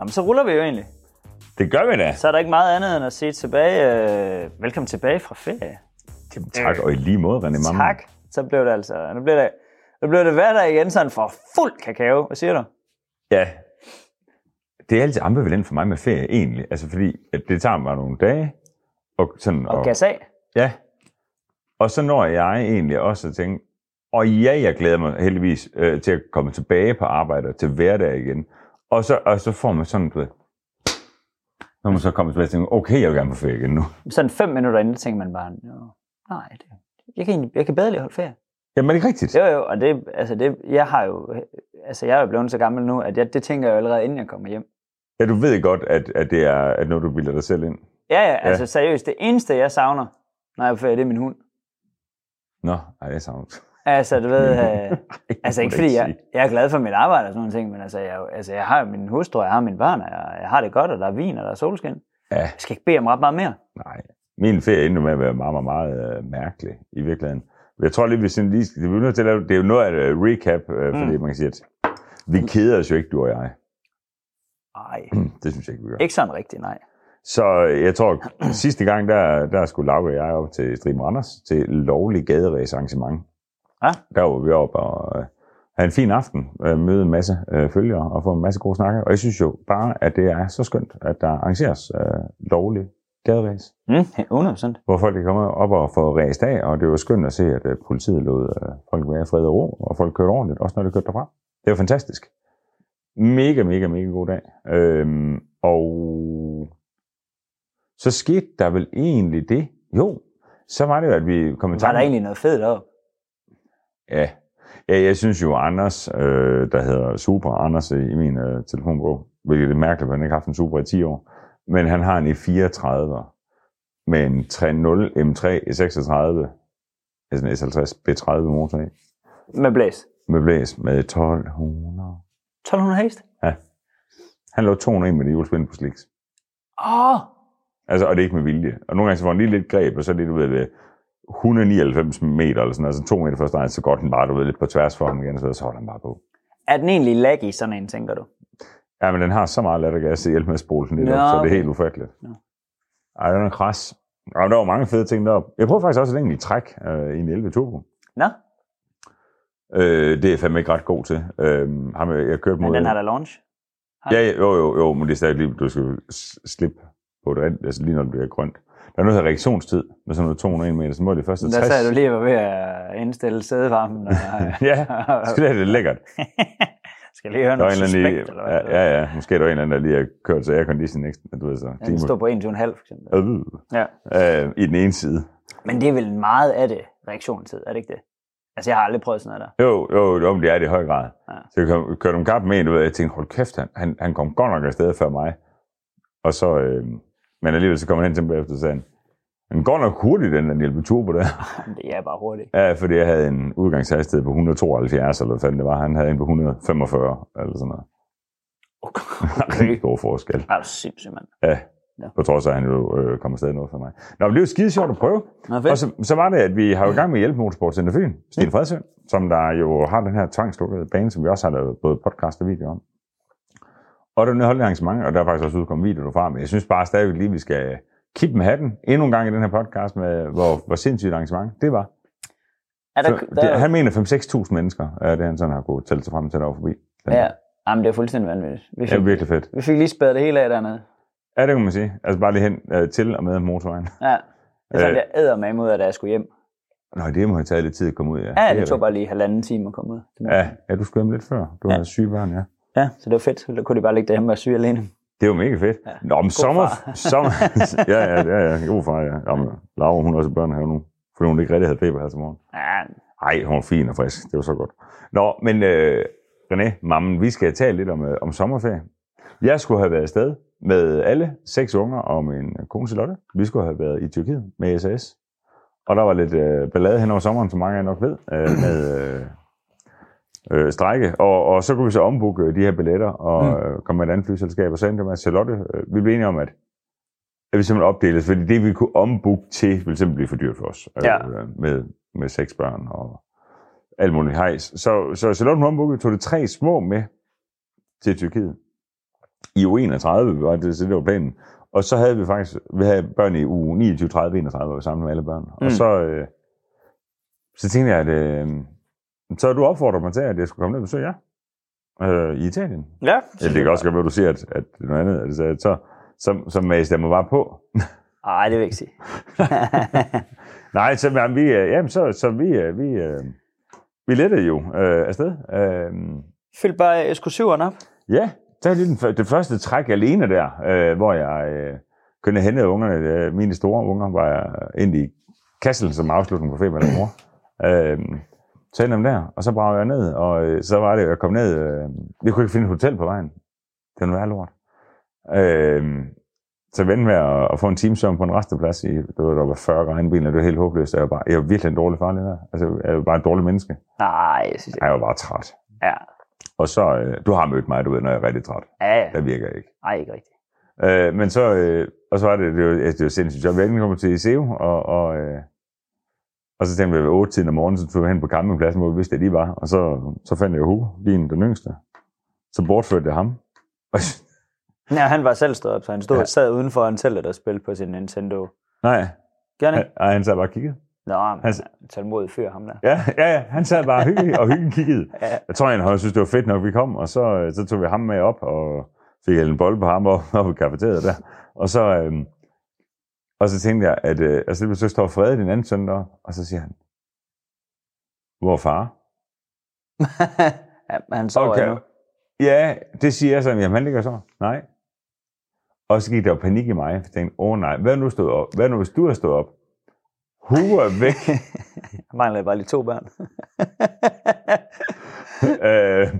Jamen, så ruller vi jo egentlig. Det gør vi da. Så er der ikke meget andet end at sige tilbage. Øh, velkommen tilbage fra ferie. Jamen, Tak, og i lige måde, René Mamma. Tak. Så blev det altså... Nu blev det, nu blev det hverdag igen sådan for fuld kakao. Hvad siger du? Ja. Det er altid ambivalent for mig med ferie, egentlig. Altså, fordi at det tager mig nogle dage. Og, sådan, Og gas af. Ja. Og så når jeg egentlig også at tænke, og ja, jeg glæder mig heldigvis øh, til at komme tilbage på arbejde og til hverdag igen. Og så, og så får man sådan, du ved, når man så kommer tilbage og tænker, okay, jeg vil gerne på ferie igen nu. Sådan fem minutter inden, tænker man bare, "Nå, nej, det, jeg, kan, egentlig- jeg kan bedre lige holde ferie. Jamen, er det ikke rigtigt? Jo, jo, og det, altså det, jeg har jo, altså jeg er jo blevet så gammel nu, at jeg, det tænker jeg jo allerede, inden jeg kommer hjem. Ja, du ved godt, at, at det er, at når du bilder dig selv ind. Ja, ja, altså seriøst, det eneste, jeg savner, når jeg er på ferie, det er min hund. Nå, ej, det er savnet. Altså, du ved, øh, Ej, altså må ikke du fordi jeg, sige. jeg er glad for mit arbejde og sådan nogle ting, men altså jeg, er jo- altså, jeg har jo min hustru, jeg har mine børn, og jeg, jeg har det godt, og der er vin, og der er solskin. Ja. Jeg skal ikke bede om ret meget mere. Nej. Min ferie endte med at være meget, meget, meget øh, mærkelig i virkeligheden. Jeg tror lige, vi sådan lige skal, vi er nødt til at lave, det er jo noget af et øh, recap, øh, fordi man kan sige, at vi keder os jo ikke, du og jeg. Mm, Nej, Det synes jeg ikke, vi gør. ikke sådan rigtigt, nej. Så øh, jeg tror, sidste gang, der, der skulle Lauke og jeg op til Strim Randers til lovlig gaderæsarrangement. Ja. Der var vi oppe og øh, have en fin aften, øh, møde en masse øh, følgere og få en masse gode snakker. Og jeg synes jo bare, at det er så skønt, at der arrangeres øh, lovlig gaderæs Mm, 100 hvor folk kan komme op og få ræst af, og det var skønt at se, at øh, politiet lod øh, folk være i fred og ro, og folk kørte ordentligt, også når de kørte derfra. Det var fantastisk. Mega, mega, mega god dag. Øhm, og så skete der vel egentlig det. Jo, så var det jo, at vi kom i Var der tanke- egentlig noget fedt deroppe? Ja. ja, jeg synes jo, Anders, øh, der hedder Super Anders i min øh, telefonbog, hvilket er mærkeligt, at han ikke har haft en Super i 10 år, men han har en i 34 med en 3.0 M3 i 36, E altså en S50 B30 motor i, Med blæs. med blæs med 1200. 1200 hest? Han lå 201 med det hjulspind på sliks. Åh! Oh, Altså, og det er ikke med vilje. Og nogle gange så får han lige lidt greb, og så er det, du ved, ved 199 meter eller sådan, altså to meter fra stregen, så går den bare, du ved, lidt på tværs for ham igen, og så- så holder han bare på. er den egentlig laggy, sådan en, tænker du? Ja, men den har så meget lattergas til hjælp med at spole den lidt Nå, op, så det er okay. helt ufatteligt. Nå. Ej, den er kras. Og der var mange fede ting deroppe. Jeg prøvede faktisk også et enkelt træk øh, i en 11 turbo. Nå, Øh, det er jeg fandme ikke ret god til. Øh, ham, jeg, jeg kørte men mod... den har da launch. ja, ja, jo, jo, jo, men det er stadig lige, du skal s- slippe på det rent, altså lige når det bliver grønt. Der er noget her reaktionstid med sådan noget 201 meter, så må det første Der 60. sagde du lige, at jeg var ved at indstille sædevarmen. Og, ja, så det er det lækkert. skal lige høre Der var noget en eller suspekt, anden lige, eller hvad? ja, ja, ja, måske er der en eller anden, der lige har kørt til aircondition, ikke? Du ved så, Ja, den klima- står på 21,5 for eksempel. Øh, Ja. øh, i den ene side. Men det er vel meget af det reaktionstid, er det ikke det? Altså, jeg har aldrig prøvet sådan noget der. Jo, jo, jo, men det er det i høj grad. Ja. Ja. Så jeg kørte kørte om kap med en, og jeg tænkte, hold kæft, han, han, han kom godt nok afsted før mig. Og så, øh, men alligevel så kom han hen til mig bagefter og sagde, han, han går nok hurtigt, den der Nielbe Turbo der. Men Det er bare hurtigt. Ja, fordi jeg havde en udgangshastighed på 172, eller hvad fanden det var. Han havde en på 145, eller sådan noget. Okay. Rigtig god forskel. Det er sindssygt, mand. Ja, Ja. på trods af, at han jo øh, kom afsted noget for mig. Nå, men det er jo skide sjovt at prøve. Nå, Og fedt. så, så var det, at vi har jo i gang med Hjælp Motorsportcenter Fyn, Sten Fredsø, som der jo har den her tvangslukkede bane, som vi også har lavet både podcast og video om. Og der er holdt et arrangement, og der er faktisk også udkommet video derfra, men jeg synes bare stadigvæk lige, vi skal kippe med hatten endnu en gang i den her podcast, med hvor, hvor sindssygt et arrangement det var. Er der, Så, der, det, han mener 5-6.000 mennesker, er det han sådan har kunnet tælle sig frem til derovre forbi. Den- ja, jamen, det er fuldstændig vanvittigt. Vi Det er fik, virkelig fedt. vi fik lige spæret det hele af dernede. Ja, det kan man sige. Altså bare lige hen øh, til og med motorvejen. Ja. Jeg fandt Øh. jeg ædermame ud af, da jeg skulle hjem. Nå, det må have taget lidt tid at komme ud, ja. Ja, det er tog rigtigt. bare lige halvanden time at komme ud. Ja, ja, du skulle hjem lidt før. Du Ja. havde syge børn, ja. ja. så det var fedt. Så kunne de bare ligge derhjemme og være syge alene. Det er jo mega fedt. Ja. Ja. Nå, om sommer... far. sommer ja, ja, ja, ja. God far, ja. Jamen, Laura, hun er også i børnehave nu, fordi hun ikke rigtig havde feber her til morgen. Ja, Ej, hun var fin og frisk. Det var så godt. Nå, men øh, René, mammen, vi skal tale lidt om, øh, om sommerferie. Jeg skulle have været afsted med alle seks unger og min kone Charlotte. Vi skulle have været i Tyrkiet med SAS. Og der var lidt øh, ballade hen over sommeren, som mange af jer nok ved, øh, med øh, øh, strække. Og, og så kunne vi så ombooke øh, de her billetter og øh, komme med et andet flyselskab. Og så endte det med, at Charlotte, øh, vi blev enige om, at at vi simpelthen opdeles, fordi det, vi kunne ombooke til, ville simpelthen blive for dyrt for os. Øh, Ja. med, med seks børn og alt muligt hejs. Så, så Charlotte hun ombookede, tog det tre små med til Tyrkiet. i u 31, var det, så det var planen. Og så havde vi faktisk vi havde børn i u 29, 30, 31, og sammen med alle børn. Mm. Mm. Og så, øh, så tænkte jeg, at øh, så du opfordrer mig til, at jeg skulle komme ned og besøge jer øh, i Italien. Ja, Ja, det kan også godt være, du siger, at, at det er noget andet. Altså, at så, så, så maser jeg mig bare på. Nej, det vil jeg ikke sige. Nej, så, jamen, vi, øh, jamen, så, så vi, øh, vi, øh, vi lettede jo øh, afsted. Øh, Fyld bare SQ7'eren op. ja, det var lige den, fø- det første træk alene der, øh, hvor jeg øh, kunne hente ungerne. Øh, mine store unger var jeg egentlig i Kassel som afslutning på Femmer eller Mor. Øh, så endte jeg dem der, og så bragte jeg ned, og øh, så var det, at jeg kom ned. Øh, vi kunne ikke finde et hotel på vejen. Det var noget værre lort. Øh, så vente med at, at få en timesøvn på en resteplads i, det var, der var 40 regnbiler, det var helt håbløst. Jeg var, bare, jeg var virkelig en dårlig far lige der. Altså, jeg var bare et dårligt menneske. Nej, jeg synes ikke. Jeg var bare træt. Ja. Og så, øh, du har mødt mig, du ved, når jeg er rigtig træt. Ja, ja. Der virker jeg ikke. Nej, ikke rigtigt. Øh, men så, øh, og så var det, det var, altså, det var sindssygt. Så vi kommer til ICEO, og, og, øh, og så tænkte vi, at 8 tiden om morgenen, så tog vi hen på campingpladsen, hvor vi vidste, at de var. Og så, så fandt jeg Hugo, din den yngste. Så bortførte jeg ham. Ja, han var selv stået op, så han stod Ja. ja. sad uden for en teltet og spillede på sin Nintendo. Nej, Gjorde han han, ikke? ej, han sad bare og kiggede. Nå, men Han- han er en tålmodig fyr, ham der. Ja, ja, ja. Han sad bare og hyggede, og hyggede kiggede. Ja. Jeg tror, han synes, det var fedt nok, vi kom, og så, øh, så tog vi ham med op, og fik en bold på ham op, op i kafeteriet der. Og så, øhm, og så tænkte jeg, at øh, altså, så står Frede den anden søn deroppe, og så siger han, hvor er far? ja, men han sover okay. endnu. Ja, det siger jeg så, jamen han ligger så. Nej. Og så gik der jo panik i mig, for jeg tænkte, åh oh, nej, hvad nu, stod op? hvad nu hvis du har stået op? Hu er væk. Han mangler bare lige to børn. øh,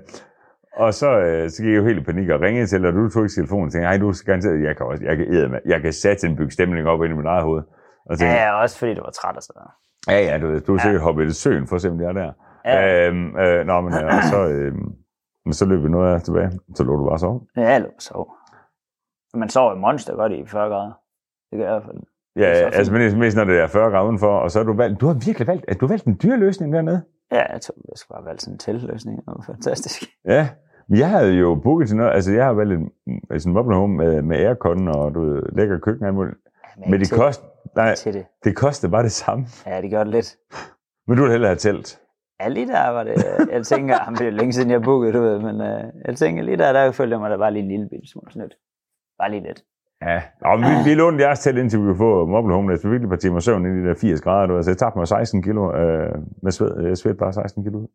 og så, øh, så gik jeg jo helt i panik og ringede til dig, og du tog ikke telefonen og tænkte, nej, du skal garanteret, jeg kan også, jeg kan, eddermame- jeg kan sætte en bygge stemning op ind i mit eget hoved. Og tænkte, ja, ja, også fordi du var træt og sådan noget. ja, ja du, ved, du er sikkert hoppet i søen, for at se, om jeg er der. Ja, Ja. Øhm, øh, nå, men øh, og så, øh, men så løb vi noget af tilbage, så lå du bare sove. ja lå og sov. Man sover i monster godt i 40 grader. Det gør jeg i hvert fald. Ja, Det er så altså men det er mest, når det er 40 grader udenfor, og så har du valgt, du har virkelig valgt, at du har valgt en dyr løsning dernede. Ja, jeg tror, jeg skal bare valge sådan en telløsning. Det var fantastisk. Ja, men jeg havde jo booket til noget, altså jeg har valgt en, sådan en mobile home med, med aircon og du ved, lækker køkken og alt muligt. Men det, til, kost, nej, Til det. det kostede bare det samme. Ja, det gør det lidt. Men du vil hellere have telt. Ja, lige der var det, jeg tænker, jamen, det er jo længe siden jeg bookede, du ved, men øh, jeg tænker, lige der, der følte jeg mig da bare lige en lille bitte smule snydt. Bare lige lidt. Ja. Og vi, vi lånte jeres telt, indtil vi kunne få mobile home. Det er virkelig et par timer søvn i de der 80 grader. Du ved. Så jeg tabte mig 16 kilo øh, med sved. Jeg svedte bare 16 kilo. ud.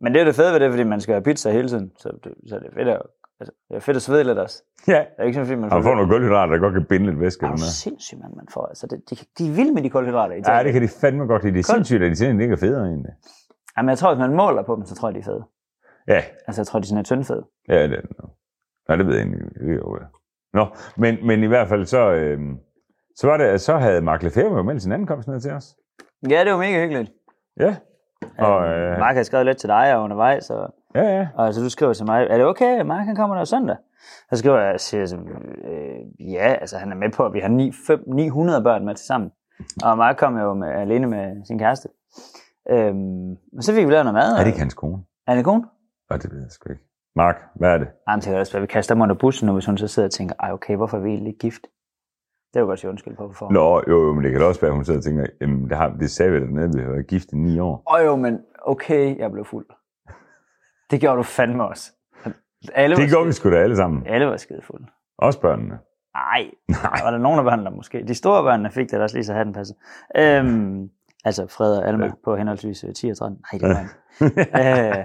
Men det er jo det fede ved det, fordi man skal have pizza hele tiden, så det, så det er fedt at, altså, det er fedt at svede lidt også. Ja. Det er ikke sådan, fordi man Og får nogle gulvhydrater, der godt kan binde lidt væske. det er eller jo noget. sindssygt, man, man får. Altså, det, de, de er vilde med de kulhydrater i Ja, Italien. det kan de fandme godt lide. Det er Kold. sindssygt, at de tænker, ikke er federe egentlig. Jamen, jeg tror, hvis man måler på dem, så tror jeg, de er fede. Ja, Altså, jeg tror, de er sådan er tyndfede. Ja, det er det. nok. Nej, det ved jeg egentlig ikke. Det er jo, ja. Nå, men, men i hvert fald så, øh, så var det, at så havde Mark Lefebvre jo meldt sin ankomst ned til os. Ja, det var mega hyggeligt. Ja, Og, Og, øh... øh, Mark har skrevet lidt til dig og undervejs, og ja, ja. Og så du skriver til mig, er det okay, Mark han kommer der søndag? Så skriver jeg, siger, jeg så, øh, ja, altså han er med på, at vi har 9, 5, 900 børn med til sammen. Og Mark kom jo med, alene med sin kæreste. Øhm, og så fik vi lavet noget mad. Er det ikke hans kone? Er det kone? Og Ah, det ved jeg sgu ikke. Mark, hvad er det? Ej, men det kan også være, vi kaster ham under bussen, og hvis hun så sidder og tænker, ej okay, hvorfor er vi egentlig gift? Det er jo godt sige undskyld på, hvorfor. Nå, jo, jo, men det kan da også være, at hun sidder og tænker, jamen, det, har, det sagde vi dernede, vi har været gift i ni år. Åh jo, men okay, jeg blev fuld. Det gjorde du fandme også. Alle Det var gjorde vi sgu da alle sammen. skide- Alle var skide fulde. Også børnene. Nej, Nej. var der nogen af børnene, der måske... De store børn der fik det da også lige så hatten passet. Øhm, altså Fred og Alma ja. på henholdsvis øh, 10 og 13. Nej, det var han. øh,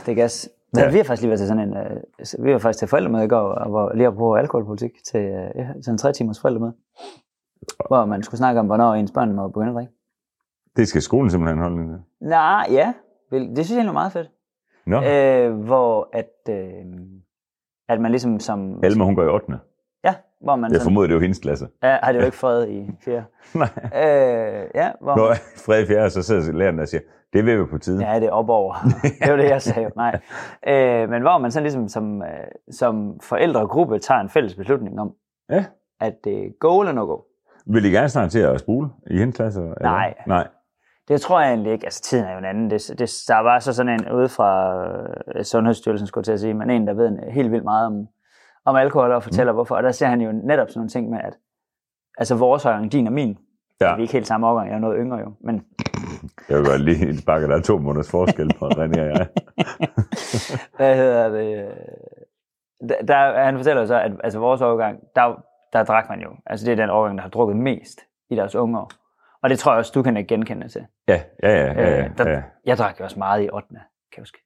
det er gas. Ja. Ja. Vi har faktisk lige været til sådan en... Øh, vi var faktisk til forældremøde i går, og hvor, lige på alkoholpolitik, til øh, ja, sådan en tre timers forældremøde. Hvor man skulle snakke om, hvornår ens børn må begynde at drikke. Det skal skolen simpelthen holde ned. Nej, ja. Vel, Det synes jeg egentlig var meget fedt. Nå, Øh, hvor at, øh, at man ligesom som... Alma, hun går i 8. Ja, hvor man Jeg sådan... formoder, det er jo hendes klasse. Ja, ej, det var ikke Fred i fjerde. Nej. Øh, ja, hvor Nå, Frede Fjerde, så sidder læreren og siger, det vil vi på tide. Ja, det er op over. Det var det, jeg sagde. Nej. Øh, men hvor man sådan ligesom som, øh, som forældregruppe tager en fælles beslutning om, Ja. at det er go eller no go. Vil I gerne snart til at spole i hendes klasse? Eller? Nej. Nej. Det tror jeg egentlig ikke. Altså, tiden er jo en anden. Det, det, der er bare så sådan en ude fra øh, Sundhedsstyrelsen, skulle jeg til at sige, men en, der ved en, helt vildt meget om, om alkohol og fortæller mm. hvorfor. Og der ser han jo netop sådan nogle ting med, at altså vores årgang, din og min, Ja. ja. vi er ikke helt samme årgang, jeg er noget yngre jo, men Jeg vil godt lige bakke, der er to måneders forskel på René og jeg. hvad hedder det? Der, der, han fortæller jo så, at altså, vores årgang, der, der drak man jo. Altså det er den årgang, der har drukket mest i deres unge år. Og det tror jeg også, du kan ikke genkende til. Ja, ja, ja. ja, ja, Øh, der- ja. Jeg drak jo også meget i 8. kan jeg huske.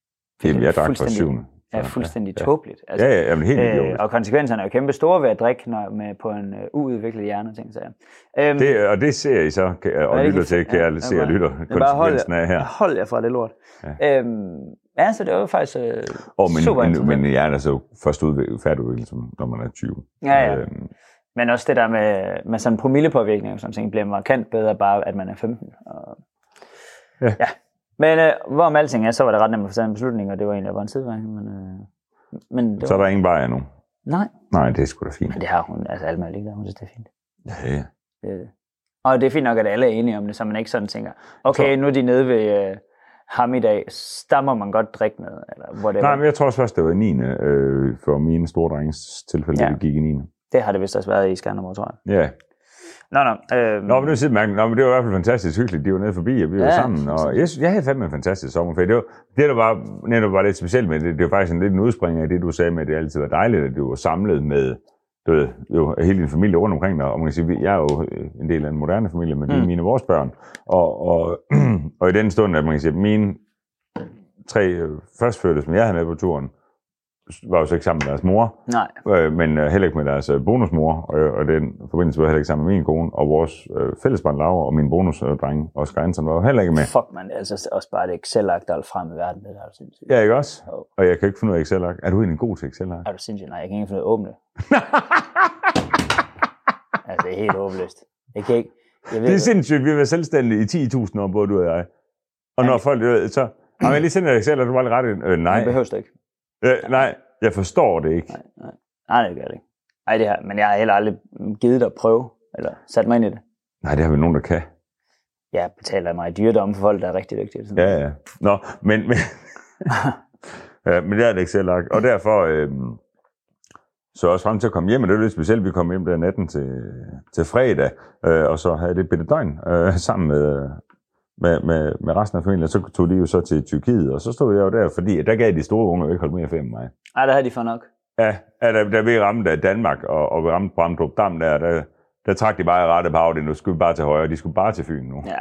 Jamen, jeg drak fra fuldstændig- syvende. Ja, fuldstændig ja. tåbeligt. Ja, ja, jamen, helt Øh, idiot. og konsekvenserne er jo kæmpe store ved at drikke når, med, på en øh, uudviklet hjerne og ting. Så, øhm, det, Det, og det ser I så, kan- og det lytter kan- til, kan ja, jeg se ja, og bare- lytter bare hold- konsekvensen af her. Hold jer fra det lort. Ja. Øhm, ja, så det var jo faktisk øh, Og men, super men, interessant. men hjernen er så først udviklet, færdigudviklet, som, når man er 20. Ja, ja. Øhm, Men også det der med, med sådan promillepåvirkning, som ting bliver markant bedre, bare at man er 15. Og... Ja. ja. Men øh, hvorom alting er, så var det ret nemt at få taget en beslutning, og det var egentlig bare en sidevang. Men, øh, men det så er var... der ingen bajer nu. Nej, Nej, det er sgu da fint. men det har hun, altså Alma er ligeglad, hun synes, det er fint. Ja, ja. Det er det. Og det er fint nok, at alle er enige om det, så man ikke sådan tænker, okay, nu er de nede ved øh, ham i dag, der må man godt drikke med, eller whatever. Nej, men jeg tror også først, det var i 9. Øh, for mine store drenges tilfælde, ja. Ja. det gik i 9. Det har det vist også været i Skanderborg, tror jeg. Ja. Nå, nå. Øh, Nå, men det var sidemærken. Nå, men det var i hvert fald fantastisk hyggeligt. De var nede forbi, og vi var ja, Ja, sammen. Og jeg, synes- jeg havde fandme en fantastisk sommerferie. Det, var, det der var netop var lidt specielt med det, det var faktisk en lidt en udspring af det, du sagde med, at det altid var dejligt, at du var samlet med du ved, jo, hele din familie rundt omkring dig. Og man kan sige, vi- jeg er jo øh, en del af en moderne familie, men det er Mm. mine og vores børn. Og, og, og i den stund, at man kan sige, at mine tre øh, førstfødte, som jeg havde med på turen, var jo så ikke sammen med deres mor. Nej, Øh, men øh, heller ikke med deres øh, bonusmor, og, og den forbindelse var jeg heller ikke sammen med min kone, og vores øh, fællesbarn Laura og min bonusdreng øh, Oscar Hansen var jo heller ikke med. fuck man, altså også bare det Excel-agt, der er frem i verden, det der er jo sindssygt. Ja, ikke også? Jo. Og jeg kan ikke finde ud af excel -ark. Er du egentlig god til excel -ark? Er du sindssygt? Nej, jeg kan ikke finde ud af at åbne det. altså, det er helt håbløst. Jeg kan ikke... Jeg ved, Det er ikke- sindssygt, vi har været selvstændige i 10.000 år, både du og jeg. Og når Ja. folk, du ved, så... Har jeg lige sendt dig excel du var aldrig ret. i." Øh, nej. det behøves du ikke. Øh, nej, jeg forstår det ikke. Nej, det gør det ikke. Nej, det her, men jeg har heller aldrig givet dig at prøve, eller sat mig ind i det. Nej, det har vi nogen, der kan. Jeg betaler mig i dyredom for folk, der er rigtig dygtige. Sådan. Ja, ja. Nå, men, men, ja, men det er det ikke selv Og derfor øh, så også frem til at komme hjem, og det var lidt specielt, vi kom hjem der natten til, til fredag, øh, og så havde jeg det bitte døgn øh, sammen med, øh, med, med, med resten af familien, og så tog de jo så til Tyrkiet, og så stod jeg jo der, fordi at der gav de store unge jo ikke holde mere ferie med mig. Ej, der havde de for nok. Ja, ja der, der vi ramte af Danmark, og, og vi ramte Bramdrup Dam der, der, der trak de bare i rette på Audi, nu skulle vi bare til højre, de skulle bare til Fyn nu. Ja,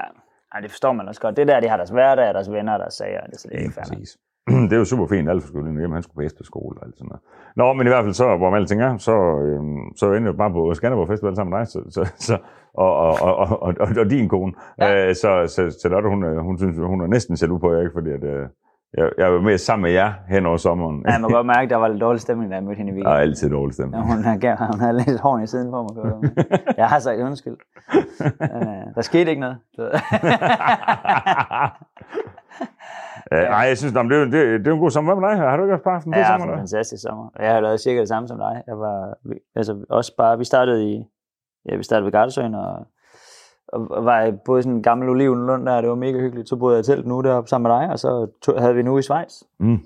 Ej, det forstår man også godt. Det der, de har deres hverdag, deres venner, deres sager, det, så det er ikke færdigt. præcis. Det er jo super fint, Alfa skulle lige hjem, han skulle på efterskole og alt sådan noget. Nå, men i hvert fald så, hvor alting er, så, øhm, så endte jeg bare på Skanderborg Festival sammen med dig, så, så, så, og, og, og, og, og, og, din kone. Ja. Ja. Øh, så, så, så Lotte, hun, er- hun synes, hun er næsten selv på, jeg ikke, fordi at, øh, jeg, jeg var mere sammen med jer hen over sommeren. Ja, man kan godt mærke, der var lidt dårlig stemning, da jeg mødte hende i Der weekenden. er altid dårlig Ja, stemning. hun, har, hun havde lidt hårdt i siden på mig. kan jeg godt mærke. Jeg har sagt undskyld. Øh, der skete ikke noget. du ved. Ja. Nej, Øh, jeg synes, nå, men det, er jo- det, det er jo en god sommer. Hvad med dig? Har du ikke også bare haft en Ja, altså, god jeg har sommer? haft en eller? fantastisk sommer. Og Jeg har lavet cirka det samme som dig. Jeg var, vi- altså, også bare, vi startede i, ja, vi startede ved Gardesøen, og, og, og var i både sådan en gammel olivenlund der, det var mega hyggeligt. Så boede jeg i telt nu deroppe sammen med dig, og så tog, havde vi nu i Schweiz. Mm.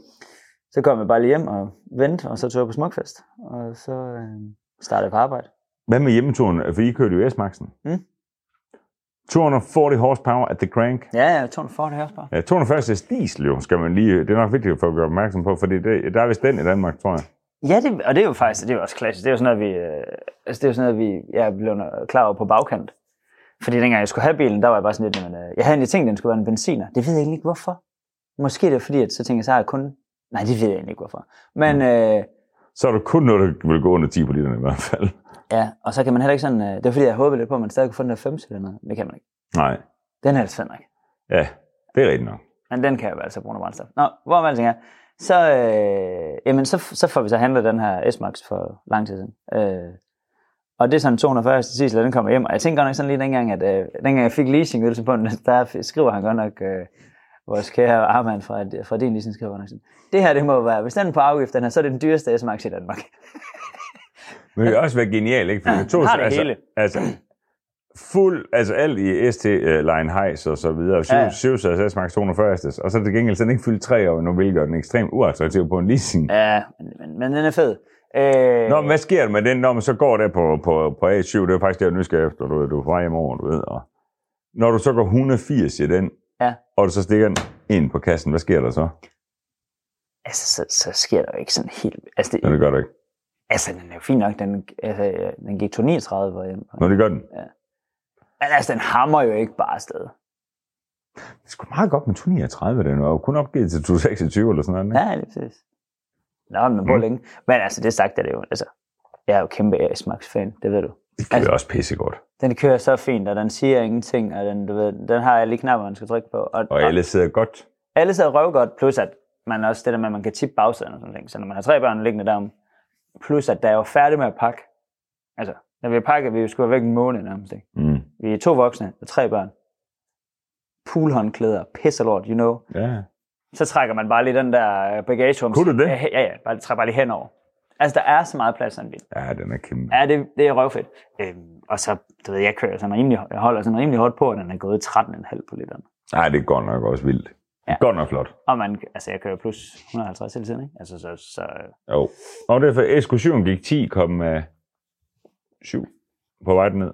Så kom jeg bare lige hjem og ventede, og så tog jeg på smukfest. Og så øh, startede jeg på arbejde. Hvad med hjemmeturen? For I kørte jo S-Maxen. Mm. 240 horsepower at the crank. Ja, jeg tog en Ford her også bare. Ja, 240 diesel jo, skal man lige... Det er nok vigtigt for at gøre opmærksom på, fordi det, der er vist den i Danmark, tror jeg. Ja, det, og det er jo faktisk det er jo også klassisk. Det er jo sådan noget, vi, øh, altså, det er jo sådan noget, vi jeg blev klar over på bagkant. Fordi dengang jeg skulle have bilen, der var jeg bare sådan lidt, men, øh, jeg havde egentlig tænkt, at den skulle være en benziner. Det ved jeg egentlig ikke, hvorfor. Måske det er fordi, at så tænker jeg, så har jeg kun... Nej, det ved jeg egentlig ikke, hvorfor. Men øh, Så er der kun noget, der vil gå under 10 på literen i hvert fald. ja, og så kan man heller ikke sådan... Øh, det var fordi, jeg håbede lidt på, at man stadig kunne få den der 5 cylinder. Det kan man ikke. Nej, Den er altså nok. ja, det er rigtigt nok. Men den kan jeg jo altså bruge noget brændstof. Nå, hvor man alting er. Så, øh, jamen, så, så får vi så handlet den her S-Max for lang tid siden. Øh, og det er sådan 240 til sidst, og den kommer hjem. Og jeg tænker godt nok sådan lige dengang, at øh, dengang jeg fik leasingydelsen på den, der f- skriver han godt nok, øh, vores kære Armand fra, fra din leasing skriver godt nok sådan, det her det må være, hvis den er på afgift, den her, så er det den dyreste S-Max i Danmark. Men det vil også være genialt, ikke? Fordi to, Den har det altså, hele. Altså, fuld, altså alt i ST, uh, Line Heis og så videre, syv, ja. Ja. syv SAS Max 240, og så til gengæld så er den ikke fyldt tre år endnu, hvilket gør den ekstremt uattraktiv på en leasing. Ja, men, men, men den er fed. Øh, Nå, men hvad sker der med den, når man så går der på, på, på A7? Det er faktisk det, jeg nu skal efter. Du, ved, du er på vej hjem over, du ved. Og når du så går 180 i den, Ja. og du så stikker den ind på kassen, hvad sker der så? Altså, så, så sker der jo ikke sådan helt... Altså, Nå, det det, gør det ikke. altså den er jo fin nok. Den, altså, øh, den gik 239 hvor hjem. Nå, det gør den. Men altså, den hammer jo ikke bare afsted. Det er sgu meget godt med 239, den var jo kun opgivet til 226 eller sådan noget. ikke? Ja, lige præcis. Nå, men på Mm. mm. længe. Men altså, det sagt er det jo. Altså, jeg er jo kæmpe Aris Max-fan, det ved du. Det kører Altså- også pissegodt. Den kører så fint, og den siger ingenting, og den, du ved, den har alle knapper, man skal trykke på. Og, Og alle sidder godt. alle sidder røvgodt, plus at man også det der med, at man kan tippe bagsæden og sådan ting. Så når man har tre børn liggende derom, plus at der er jo færdig med at pakke. Altså, når vi har pakket, vi skulle være væk en måned nærmest. Ikke? Mm. Vi er to voksne og tre børn. Poolhåndklæder, pisselort, you know. Ja. Så trækker man bare lige den der øh, bagagerum. Kunne du det? Ja, ja, ja bare, træk bare lige henover. Altså, der er så meget plads i sådan en bil. ja, den er kæmpe. Ja, det, det er røvfedt. Øhm, og så, du ved, jeg kører sådan rimelig, jeg holder sådan rimelig hårdt på, at den er gået 13,5 på literen. Nej, det er godt nok også vildt. Ja. Ja. Godt nok flot. Og man, altså, jeg kører plus 150 hele tiden, ikke? Altså, så, så Jo. Og det er for SQ7 gik 10,7 på vej ned.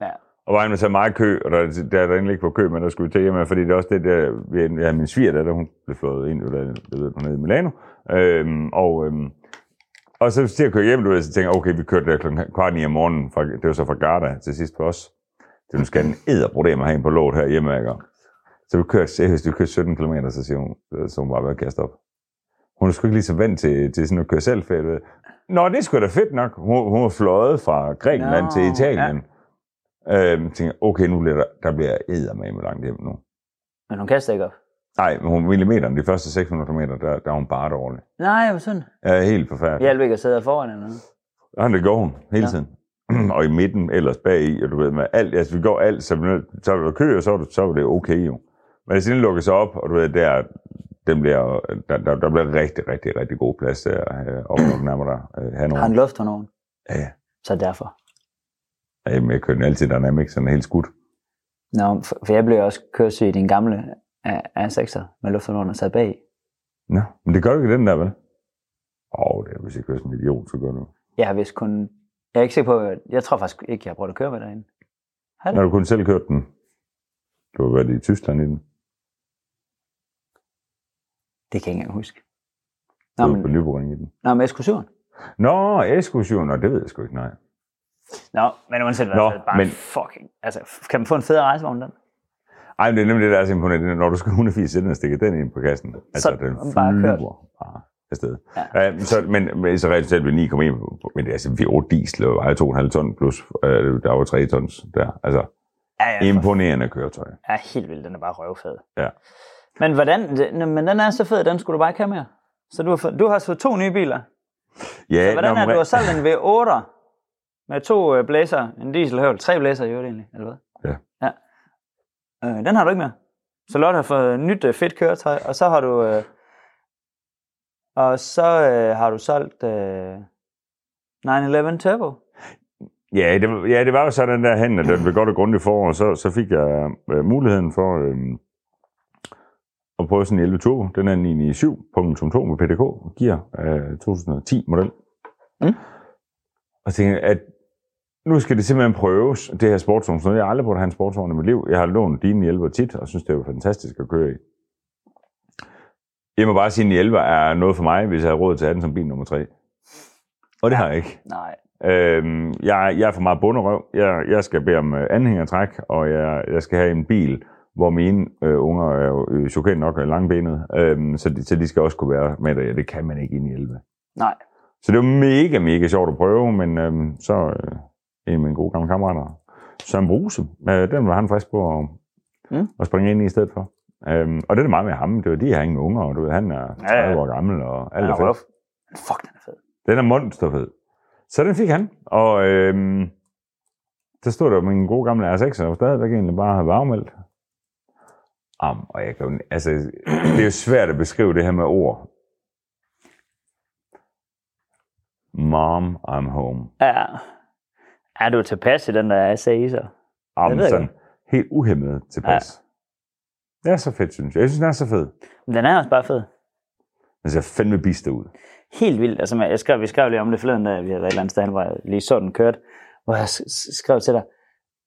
Ja. Og vejen var så meget kø, og der, der er der egentlig ikke på kø, men der skulle vi til hjemme, fordi det er også det der, vi- ja, min sviger, der, hun blev flået ind, eller det ved hun nede i Milano, øhm, og, øhm, og så til at køre hjem, du ved, så tænker jeg, okay, vi kørte der klokken kvart ni om morgenen, fra, det var så fra Garda til sidst for os. Det nu skal den æderproblem at have en på låt her hjemme, ikke? Så vi kørte, seriøst, vi kørte 17 km, så siger hun, så hun bare ved at kaste op. Hun er sgu ikke lige så vant til, til sådan at køre selv, for jeg ved. Nå, det er sgu da fedt nok. Hun, hun var fløjet fra Grækenland Nå, til Italien. Ja. Øhm, tænker, okay, nu bliver der, der bliver eddermame langt hjem nu. Men hun kaster ikke op. Nej, men hun, millimeteren, de første 600 meter, der, der er hun bare dårlig. Nej, hvor sådan. Ja, helt Jeg forfærdelig. hjælper ikke at sidde her foran eller noget. Ja, det går hun hele Ja. tiden. og i midten, ellers bagi, og du ved, med alt, altså vi går alt, så, vi nødt- så er der kø, og så er, det, så er det okay jo. Men hvis den lukker sig op, og du ved, der, den bliver, der, der, der bliver rigtig, rigtig, rigtig god plads der, øh, op når den nærmer dig øh, Har Hannover. en lufthonoren, Ja, ja. så derfor. Ja, Jamen, jeg kører den altid dynamic, sådan helt skudt. Nå, for for jeg blev også køresyg i den gamle A6'er med lufthonoren og sad bag. Nå, men det gør du ikke i den der, vel? Åh, oh, det er, hvis jeg kører sådan en idiot, så gør du. Jeg har vist kun... Jeg er ikke sikker på... at- Jeg tror faktisk ikke, jeg har prøvet at køre med derinde. Har Når det? du kun selv kørte den, du har været i Tyskland i den. Det kan jeg ikke engang huske. Du Nå, var på men, Nyborg i den. nå, men SQ7'eren. Nå, SQ7, nå, det ved jeg sgu ikke, nej. Nå, men uanset hvad, Nå, så er det bare men- men... fucking... Altså, f- kan man få en federe rejsevogn den? Ej, men det er nemlig det, der er så imponerende. det er, Når du skal 180 sætte den og stikke den ind på kassen. Altså, Så den bare kørt. flyver bare afsted. Ja. Ja. Ja, så, men, men så resultat blev 9,1. på- Men det er altså V8 diesel, og vejer 2,5 ton plus. Øh, der var 3 tons der. Altså, Ja, ja, for- imponerende køretøj. ja, helt vildt. Den er bare røvfed. Ja. Men hvordan... det- nå, Men den er så fed, den skulle du bare ikke have mere. Så du har, fået, du har fået to nye biler. Ja, Så hvordan er nå, det, men- du har solgt en V8'er med to øh, blæser, en dieselhøvl, tre blæser i øvrigt egentlig, eller hvad? Ja. ja. Øh, den har du ikke mere. Så Lotte har fået nyt øh, fedt køretøj, og så har du... Øh, og så øh, har du solgt øh, 911 Turbo. Ja, det, var- ja, det var jo sådan der hen, at den blev godt og grundigt for, og så, så fik jeg øh, muligheden for øh, at prøve sådan en 11 Turbo. Den er 997.2 med PDK, gear øh, 2010 model. Mm. Og tænkte, jeg, at nu skal det simpelthen prøves, det her sportsvogn. Sådan noget. Jeg har aldrig brugt at have en sportsvogn i mit liv. Jeg har lånt dine 11 tit, og synes, det er fantastisk at køre i. Jeg må bare sige, at 11 er noget for mig, hvis jeg har råd til at have den som bil nummer 3. Og det har jeg ikke. Nej. Øhm, jeg, jeg er for meget bunderøv. Jeg, jeg skal bede om øh, anhængertræk, og jeg, jeg skal have en bil, hvor mine øh, unger er jo øh, chokerende nok øh, langbenet, øhm, så, de, så de skal også kunne være med det. Det kan man ikke ind i 11. Nej. Så det var mega, mega sjovt at prøve, men øhm, så øh, en af mine gode gamle kammerater, Søren Bruse, øh, den var han frisk på at, mm. Mm. at springe ind i i stedet for. Øhm, og det er meget med ham. Det var de her ingen unger, og du ved, han er 30 Ja, ja. år gammel, og alt Den er er fedt. røv. Men Fuck, den er fed. Den er monsterfed. Så den fik han, og øhm, der stod der min gode gamle R6, som stadigvæk egentlig bare havde bagmeldt. Am, og jeg kan, jo- altså, det er jo svært at beskrive det her med ord. Mom, I'm home. Ja. Er du tilpas i den der SA'er? Am, Jeg ved sådan ikke. helt uhemmet tilpas. Ja. Det er så fedt, synes jeg. Jeg synes, den er så fed. Men den er også bare fed. Den ser fandme biste ud. Helt vildt. Altså, jeg skrev, vi skrev lige om det forleden, da vi havde været et eller andet sted, hvor jeg lige så den kørte, hvor jeg s- s- skrev til dig,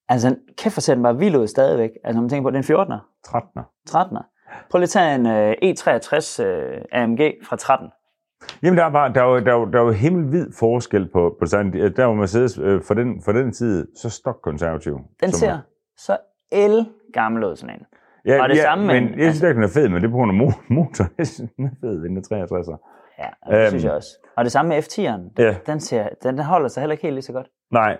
altså kæft for ser den bare vild ud stadigvæk. Altså, når man tænker på, den 14'er, 13'er. 13'er. Prøv lige at tage en øh, E63 øh, AMG fra 13. Jamen, der er, bare, der, er jo, der, er jo, der er jo himmelvid forskel på, på sådan, der hvor Mercedes øh, for, den, for den tid, så stok konservativ. Den Som- ser så el gammel ud, sådan en. Ja, og det samme, men- men jeg synes altså... ikke, den er fed, men det er på grund af mo- motor. Jeg synes, den er fed, den er 63'er. Ja, det øhm. Øhm. synes jeg også. Og det samme med F10'eren. Ja, Den, ser, den den holder sig heller ikke helt lige så godt. nej.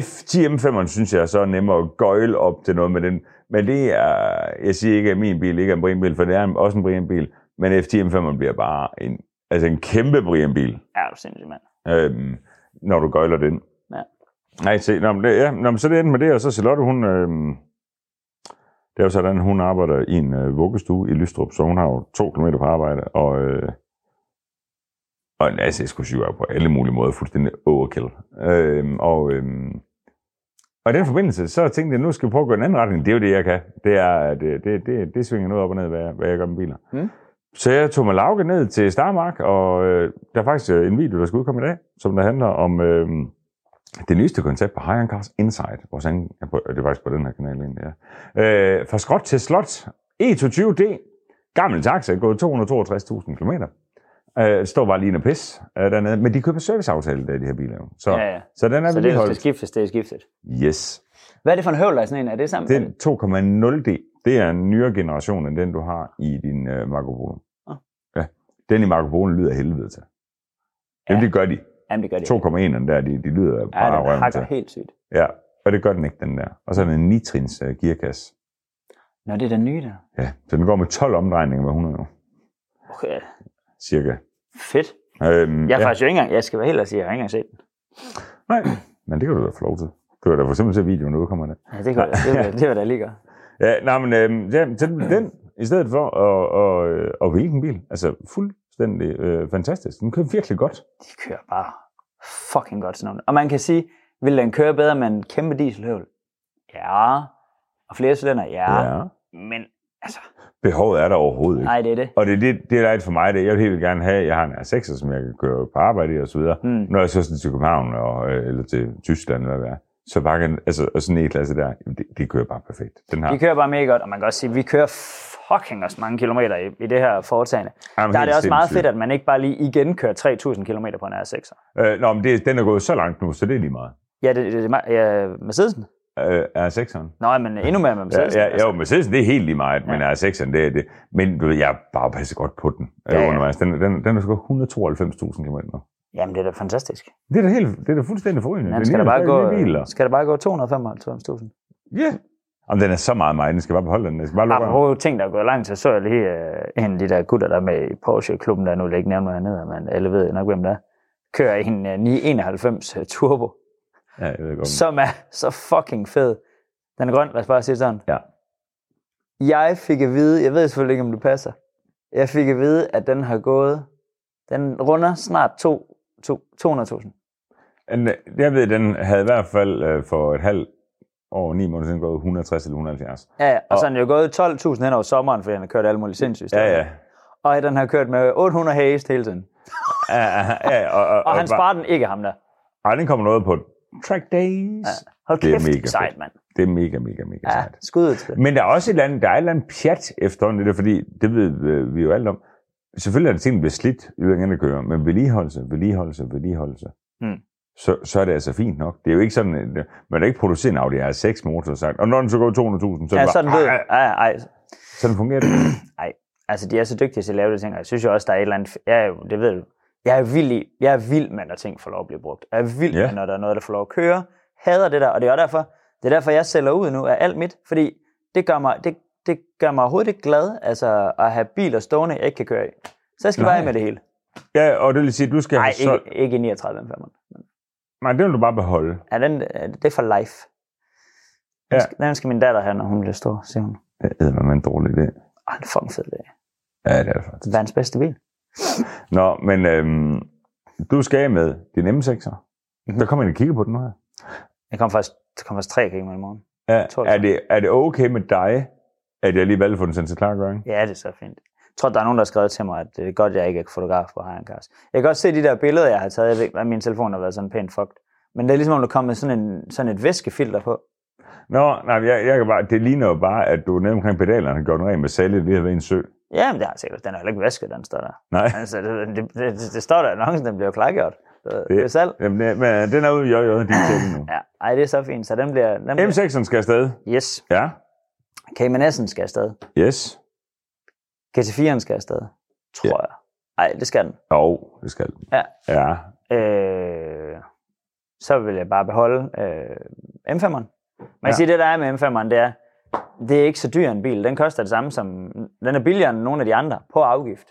F10M5'eren synes jeg er så nemmere at gøjle op til noget med den. Men det er, jeg siger ikke, at min bil ikke er en Brian-bil, for det er en- også en Brian-bil. Men F10M5'eren bliver bare en, altså en kæmpe Brian-bil. Ja, det er sindssygt, mand. øhm, når du gøjler den. Ja. Nej, se, nå, men det, ja, nå, men så er det endte med det, og så Charlotte, hun, øhm, det er jo sådan, hun arbejder i en øh, vuggestue i Lystrup, så hun har jo to kilometer på arbejde, og, øh, og altså, en AC-7 er på alle mulige måder fuldstændig overkill. Øhm, og, øhm, og i den forbindelse, så tænkte jeg, nu skal vi prøve at gå i en anden retning. Det er jo det, jeg kan. Det er, at øh, det, det, det svinger noget op og ned, hvad, jeg- hvad jeg gør med biler. Mm. Så jeg tog med Lauke ned til Starmark, og øh, der er faktisk øh, en video, der skal udkomme i dag, som der handler om øh, det nyeste koncept på High Cars Inside. Vores anden, ja, på, det er faktisk på den her kanal egentlig, ja. Øh, fra skråt til slot. E E22D. Gammel taxa, gået 262.000 km. Øh, står bare lige en pis øh, dernede. Men de køber serviceaftale, der de her biler. jo. Så, Ja, ja. ja. så den er Så det, vi lige er- det holdt. skiftes, det er skiftet. Yes. Hvad er det for en høvl, der er sådan en? Er det sammen? Det er 2,0D. Det er en nyere generation end den, du har i din øh, Marco Polo. Nå. Ja. Den i Marco Polo lyder af helvede til. Jamen, Ja. det gør de. Jamen, det gør det. 2,1'eren der, de, de lyder Ja, bare den røven hakker til. helt sygt. Ja, og det gør den ikke, den der. Og så er den en nitrins øh, gearkasse. Nå, det er den nye der. Ja, så den går med 12 omdrejninger med 100 jo, Okay. cirka. Fedt. Øhm, Jeg, er ja. faktisk jo ikke engang, jeg skal være helt ærlig og sige, jeg har ikke engang set den. Nej, men det kan du da få lov til. Du kan da for eksempel se videoen, når du kommer der. Ja, det, kunne, det, det, det var da lige godt. Ja, nej, men øh, ja, til den, i stedet for, og, og, øh, og hvilken bil? Altså, fuldstændig øh, fantastisk. Den kører virkelig godt. De kører bare fucking godt sådan nogle. Og man kan sige, vil den køre bedre med en kæmpe dieselhøvl? Ja. Og flere cylinder? Ja. ja. Ja. Men altså, Behovet er der overhovedet ikke. nej, det er det. Og det er det, det er dejligt for mig, det er, jeg vil helt vildt gerne have, jeg har en R6, som jeg kan køre på arbejde i og så videre. Mm. Når jeg så sådan til København og, øh, eller til Tyskland, eller hvad det er, så bare kan, altså, og sådan en klasse der, jamen, det, det kører bare perfekt. Den har, Vi kører bare mega godt, og man kan også sige, at vi kører fucking også mange kilometer i, i det her foretagende. jamen, Der er helt det også meget sindssygt. fedt, at man ikke bare lige igen kører 3.000 km på en R6'er. Øh, nå, men det, den er gået så langt nu, så det er lige meget. Ja, det, det, det ja, Mercedesen. Øh, R6'eren. Nå, men endnu mere med Ja, Mercedesen. altså. ja, jo, Mercedesen, det er helt lige meget, men R6'eren, det er det. Men du ved, jeg har bare passet godt på den øh, Ja, ja, ja. ja. undervejs. Den, den, den er sgu 192.000 km nu. Jamen, det er da fantastisk. Det er da, helt, det er da fuldstændig forrygende. Den Det skal ligner der, bare stadig gå, nye biler. skal der bare gå 295.000. Ja. Yeah. Jamen, den er så meget mig. Den skal bare beholde den. Den skal bare lukke røven. Apropos ting, der er gået langt, så så jeg lige øh, en af de der gutter, der er med i Porsche-klubben, der nu vil jeg ikke nævne hernede, men alle ved nok, hvem det er, kører en øh, 991 Turbo, Ja, jeg ved godt. Så... som er så fucking fed. Den er grøn, lad os bare sige sådan. Ja. Jeg fik at vide, jeg ved selvfølgelig ikke, om det passer, jeg fik at vide, at den har gået, den runder snart to- to- 200.000. Men, øh, Jeg ved, den havde i hvert fald øh, for et halvt år, ni måneder siden, gået 160 eller 170. Ja, ja, og, og Og- så er den jo gået 12.000 hen over sommeren, fordi han har kørt alle mulige sindssyge Ja, steder. ja. Og at den har kørt med 800 hæst hele tiden. ja, ja, ja og, og, Og han bare- sparer den ikke ham der. Ej, den kommer noget på track days. Ja. Ja. Hold Det er kæft, det mega er sejt, fedt. mand. Det er mega, mega, mega ja. Ja, sejt. skud ud til det. Men der er også et eller andet, der er et eller andet pjat efterhånden, i det, fordi det ved øh, vi jo alt om. Selvfølgelig er det ting, der bliver slidt, jo ingen kører, men vedligeholdelse, vedligeholdelse, vedligeholdelse, Mm. så, så er det altså fint nok. Det er jo ikke sådan, at man har ikke produceret en Audi R6 motor, og sagt, og når den så går 200.000, så er Ja, det bare, sådan ved "Ej, jeg. ej." Ja, ja, ej. sådan fungerer det. Altså, de er så dygtige til at lave de ting, og jeg synes jo også, der er et eller andet... Jeg er jo, det ved du. Jeg er vild, i, jeg er vild med, når ting får lov at blive brugt. Jeg er vild Ja. med, når der er noget, der får lov at køre. Hader det der, og det er også derfor, det er derfor, jeg sælger ud nu af alt mit, fordi det gør mig, det, det gør mig overhovedet ikke glad, altså at have biler stående, jeg ikke kan køre i. Så jeg skal bare Nej. af med det hele. Ja, og det vil sige, at du skal Nej, have solgt... ikke, ikke i 39 5'eren. Nej, det vil du bare beholde. Ja, den, øh, det er for life. Den, Ja. skal, den skal min datter have, når hun bliver stor, siger hun. Det er man en dårlig idé. Ej, det er fucking fed, det er. Ja, det er det faktisk. Verdens bedste bil. Nå, men øhm, du skal af med din M6'er. Mhm. Der kommer en og kigger på den nu her. Jeg kom faktisk, der kom faktisk tre gange i morgen. Er, Tolv. er, det, er det okay med dig, at jeg lige valgte at få den sendt til klargøring? Ja, det er så fint. Jeg tror, der er nogen, der har skrevet til mig, at det er godt, jeg ikke er fotograf på Heinkars. Jeg kan godt se de der billeder, jeg har taget. Jeg ved ikke, at min telefon har været sådan pænt fucked. Men det er ligesom, om der kommer sådan, en, sådan et væskefilter på. Nå, nej, jeg, jeg kan bare, det ligner jo bare, at du nede omkring pedalerne har gjort en ren med salget ved at være en sø. Ja, men det har jeg sikkert. Den er heller ikke vasket, den står der. Nej, Altså, det, det, det, det står der i annoncen, den bliver jo klargjort. Det, det er salg. Jamen, det, men øh, den er ude i JJ, din tælle nu. Ja, ej, det er så fint. Så den bliver... Den bliver M6'eren skal afsted. yes. Ja, Cayman S'en skal afsted. yes. GT4'en skal afsted, tror ja. jeg. Ej, det skal den. Jo, det skal den. Ja. Ja, Øh, så vil jeg bare beholde øh, M5'eren. Man Ja. ja. siger, det der er med M5'eren, det er, det er ikke så dyr en bil. Den koster det samme som... Den er billigere end nogle af de andre på afgift.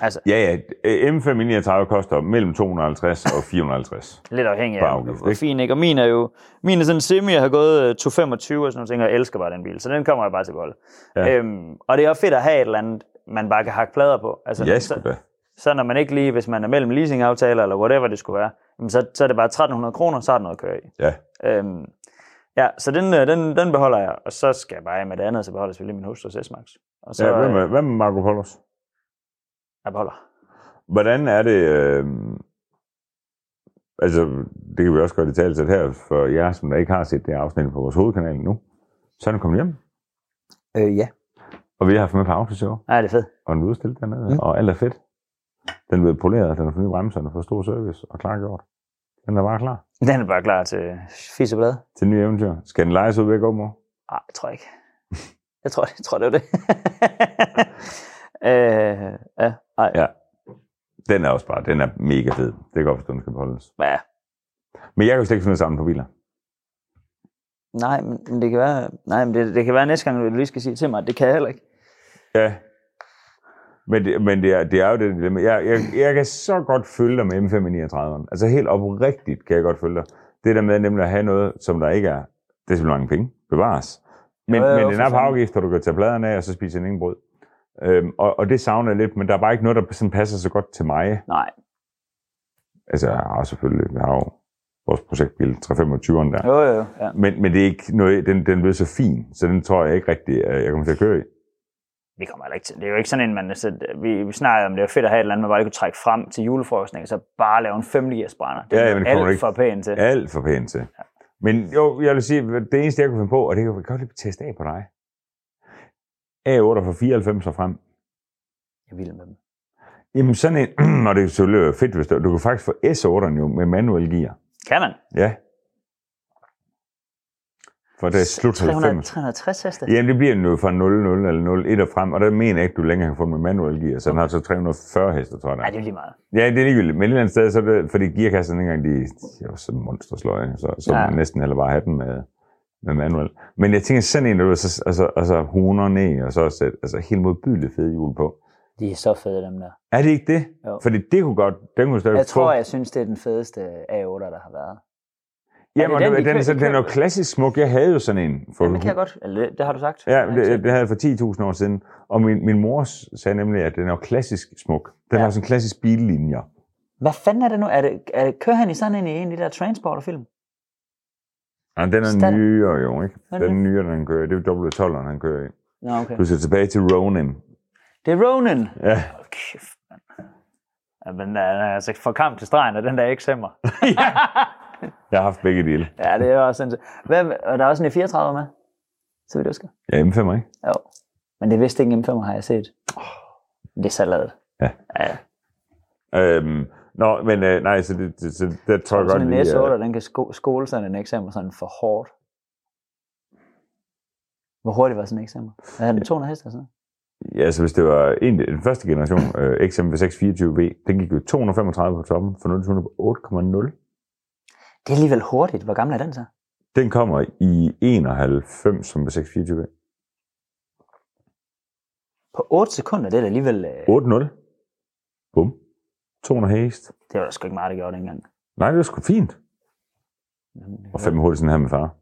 Altså, ja, ja. Øh, M539 koster mellem 250 og 450. lidt afhængig På af, afgift, hvor ikke? fin, ikke? Og min er jo... Min er sådan en semi, jeg har gået øh, 225 og sådan nogle ting, og jeg elsker bare den bil. Så den kommer jeg bare til at beholde. Ja. Ja. Øhm, og det er også fedt at have et eller andet, man bare kan hakke plader på. Altså, Ja, så, sgu da. så når man ikke lige, hvis man er mellem leasingaftaler, eller whatever det skulle være, jamen så, så er det bare 1300 kroner, så er der noget at køre i. Ja. Øhm, ja, så den, øh, den, den beholder jeg, og så skal jeg bare af med det andet, så beholder jeg selvfølgelig min hustru S-Max. Og så ja hvad, øh, med, hvad med Marco Polos? jeg beholder. Hvordan er det... Øh, altså, det kan vi også godt i tale til her, for jer, som der ikke har set det afsnit på vores hovedkanal nu. Så er den kommet hjem, Øh, ja. og vi har haft med på autoshow, Nej, det er fedt. og den er udstillet dernede, mm. Mm. og alt er fedt. Den er blevet poleret, den har fået nye bremser, den har fået stor service og klargjort. Den er bare klar Den er bare klar til fis og blade. til nye eventyr. Skal den lejes ud ved Gårdmor? Nej, jeg tror ikke. Jeg tror, jeg tror det var det. øh, ja, ej. Ja. Den er også bare, den er mega fed. Det kan jeg godt forstå, den skal beholdes. Ja. Men jeg kan jo slet ikke finde ud af at samle på biler. Nej, men men det kan være, nej, men det, det kan være næste gang, du lige skal sige til mig, at det kan jeg heller ikke. Ja. Men det, men det, er, det er jo det dilemma. Jeg, jeg, jeg kan så godt følge dig med M539'eren. Altså helt oprigtigt kan jeg godt følge dig. Det der med nemlig at have noget, som der ikke er, det er simpelthen mange penge. Bevares. Men, Jo, jo, men for den er på fanden. afgift, og du kan tage pladerne af, og så spiser den ingen brød. Øhm, og, og det savner jeg lidt, men der er bare ikke noget, der sådan passer så godt til mig. Nej. Altså, jeg har jo selvfølgelig, jeg har jo vores projektbil 325'eren der. Jo, jo, jo. Ja. Men, men det er ikke noget, den, den blev så fin, så den tror jeg ikke rigtig, at jeg kommer til at køre i. vi kommer heller ikke til. Det er jo ikke sådan en, man... Så vi, vi snakkede om, det var fedt at have et eller andet, man bare lige kunne trække frem til julefrokosten, og så bare lave en 5 liters brænder. Det Ja, er men det alt kommer du ikke- for pænt til. Ja. Alt for pænt til. Men jo, jeg vil sige, det eneste, jeg kunne finde på, og det kan jeg godt lige teste af på dig. A8 fra 94 og frem. Jeg vil med dem. Jamen sådan en, og det er selvfølgelig fedt, hvis du, du kan faktisk få S8'eren jo med manuel gear. Kan man? Ja. For det er slut 300, 90. 360 heste? Jamen det bliver den jo fra 00 eller 01 og frem, og der mener jeg ikke, du længere kan få den med manuel gear, så den har så 340 heste, tror jeg. der Nej, er. det er lige meget. Ja, det er ligegyldigt. Men et eller andet sted, så er det, fordi gearkasserne ikke engang, de, de er jo så monstersløje, så, så ja. Ja. man næsten heller bare have dem med, med manuel. Men jeg tænker sådan en, der du så, altså, altså honer ned, og så sætte altså, helt modbydeligt fede hjul på. De er så fede, dem der. Er det ikke det? Jo. Fordi det kunne godt, den kunne stadig Jeg få. tror, jeg synes, det er den fedeste A8, der har været. Jamen, er det den, den, de den, kø- den, de den er jo køber? klassisk smuk. Jeg havde jo sådan en. For, Ja, det kan jeg godt. Eller, det har du sagt. Ja, Jeg har det, det havde jeg for 10.000 år siden. Og min, min mor sagde nemlig, at den er jo klassisk smuk. Den ja. Ja. har sådan klassisk billinjer. Hvad fanden er det nu? Er det, er det, kører han i sådan en i en af de der Transporter-film? Ja, den er Stad- nyere jo, ikke? Hvad er Den er det? nyere, den han kører. i. Det er jo W12'eren, han kører i. Nå, okay. Du skal tilbage til Ronin. Det er Ronin. Ja. Hold kæft, mand. Ja, men den er altså for kamp til stregen, og den der ikke semmer. Jeg har haft begge dele. Ja, det er også sindssygt. Hvad, og der er også en E34 med, så vidt jeg husker. Ja, M5, ikke? Jo. Men det er vist ikke en M5, har jeg set. Oh. Det er salat. Ja. ja. Øhm, nå, men øh, nej, så det, det, så det tror jeg godt, Sådan en vi... S8, Øh, den kan sko- skole sådan en eksamen sådan for hårdt. Hvor hurtigt var sådan en eksamen? Hvad havde den 200 heste og sådan noget? øh, ja, så hvis det var en, den første generation, øh, XM624V, den gik jo 235 på toppen for 0 på 8,0. Det er alligevel hurtigt. Hvor gammel er den så? Den kommer i 91, som er 624V. På 8 sekunder, det er da alligevel... Øh, 8,0. Bum. 200 hest. det var da sgu ikke meget, der gjorde det engang. Nej, det var sgu fint. Og fem hurtigt sådan her med far.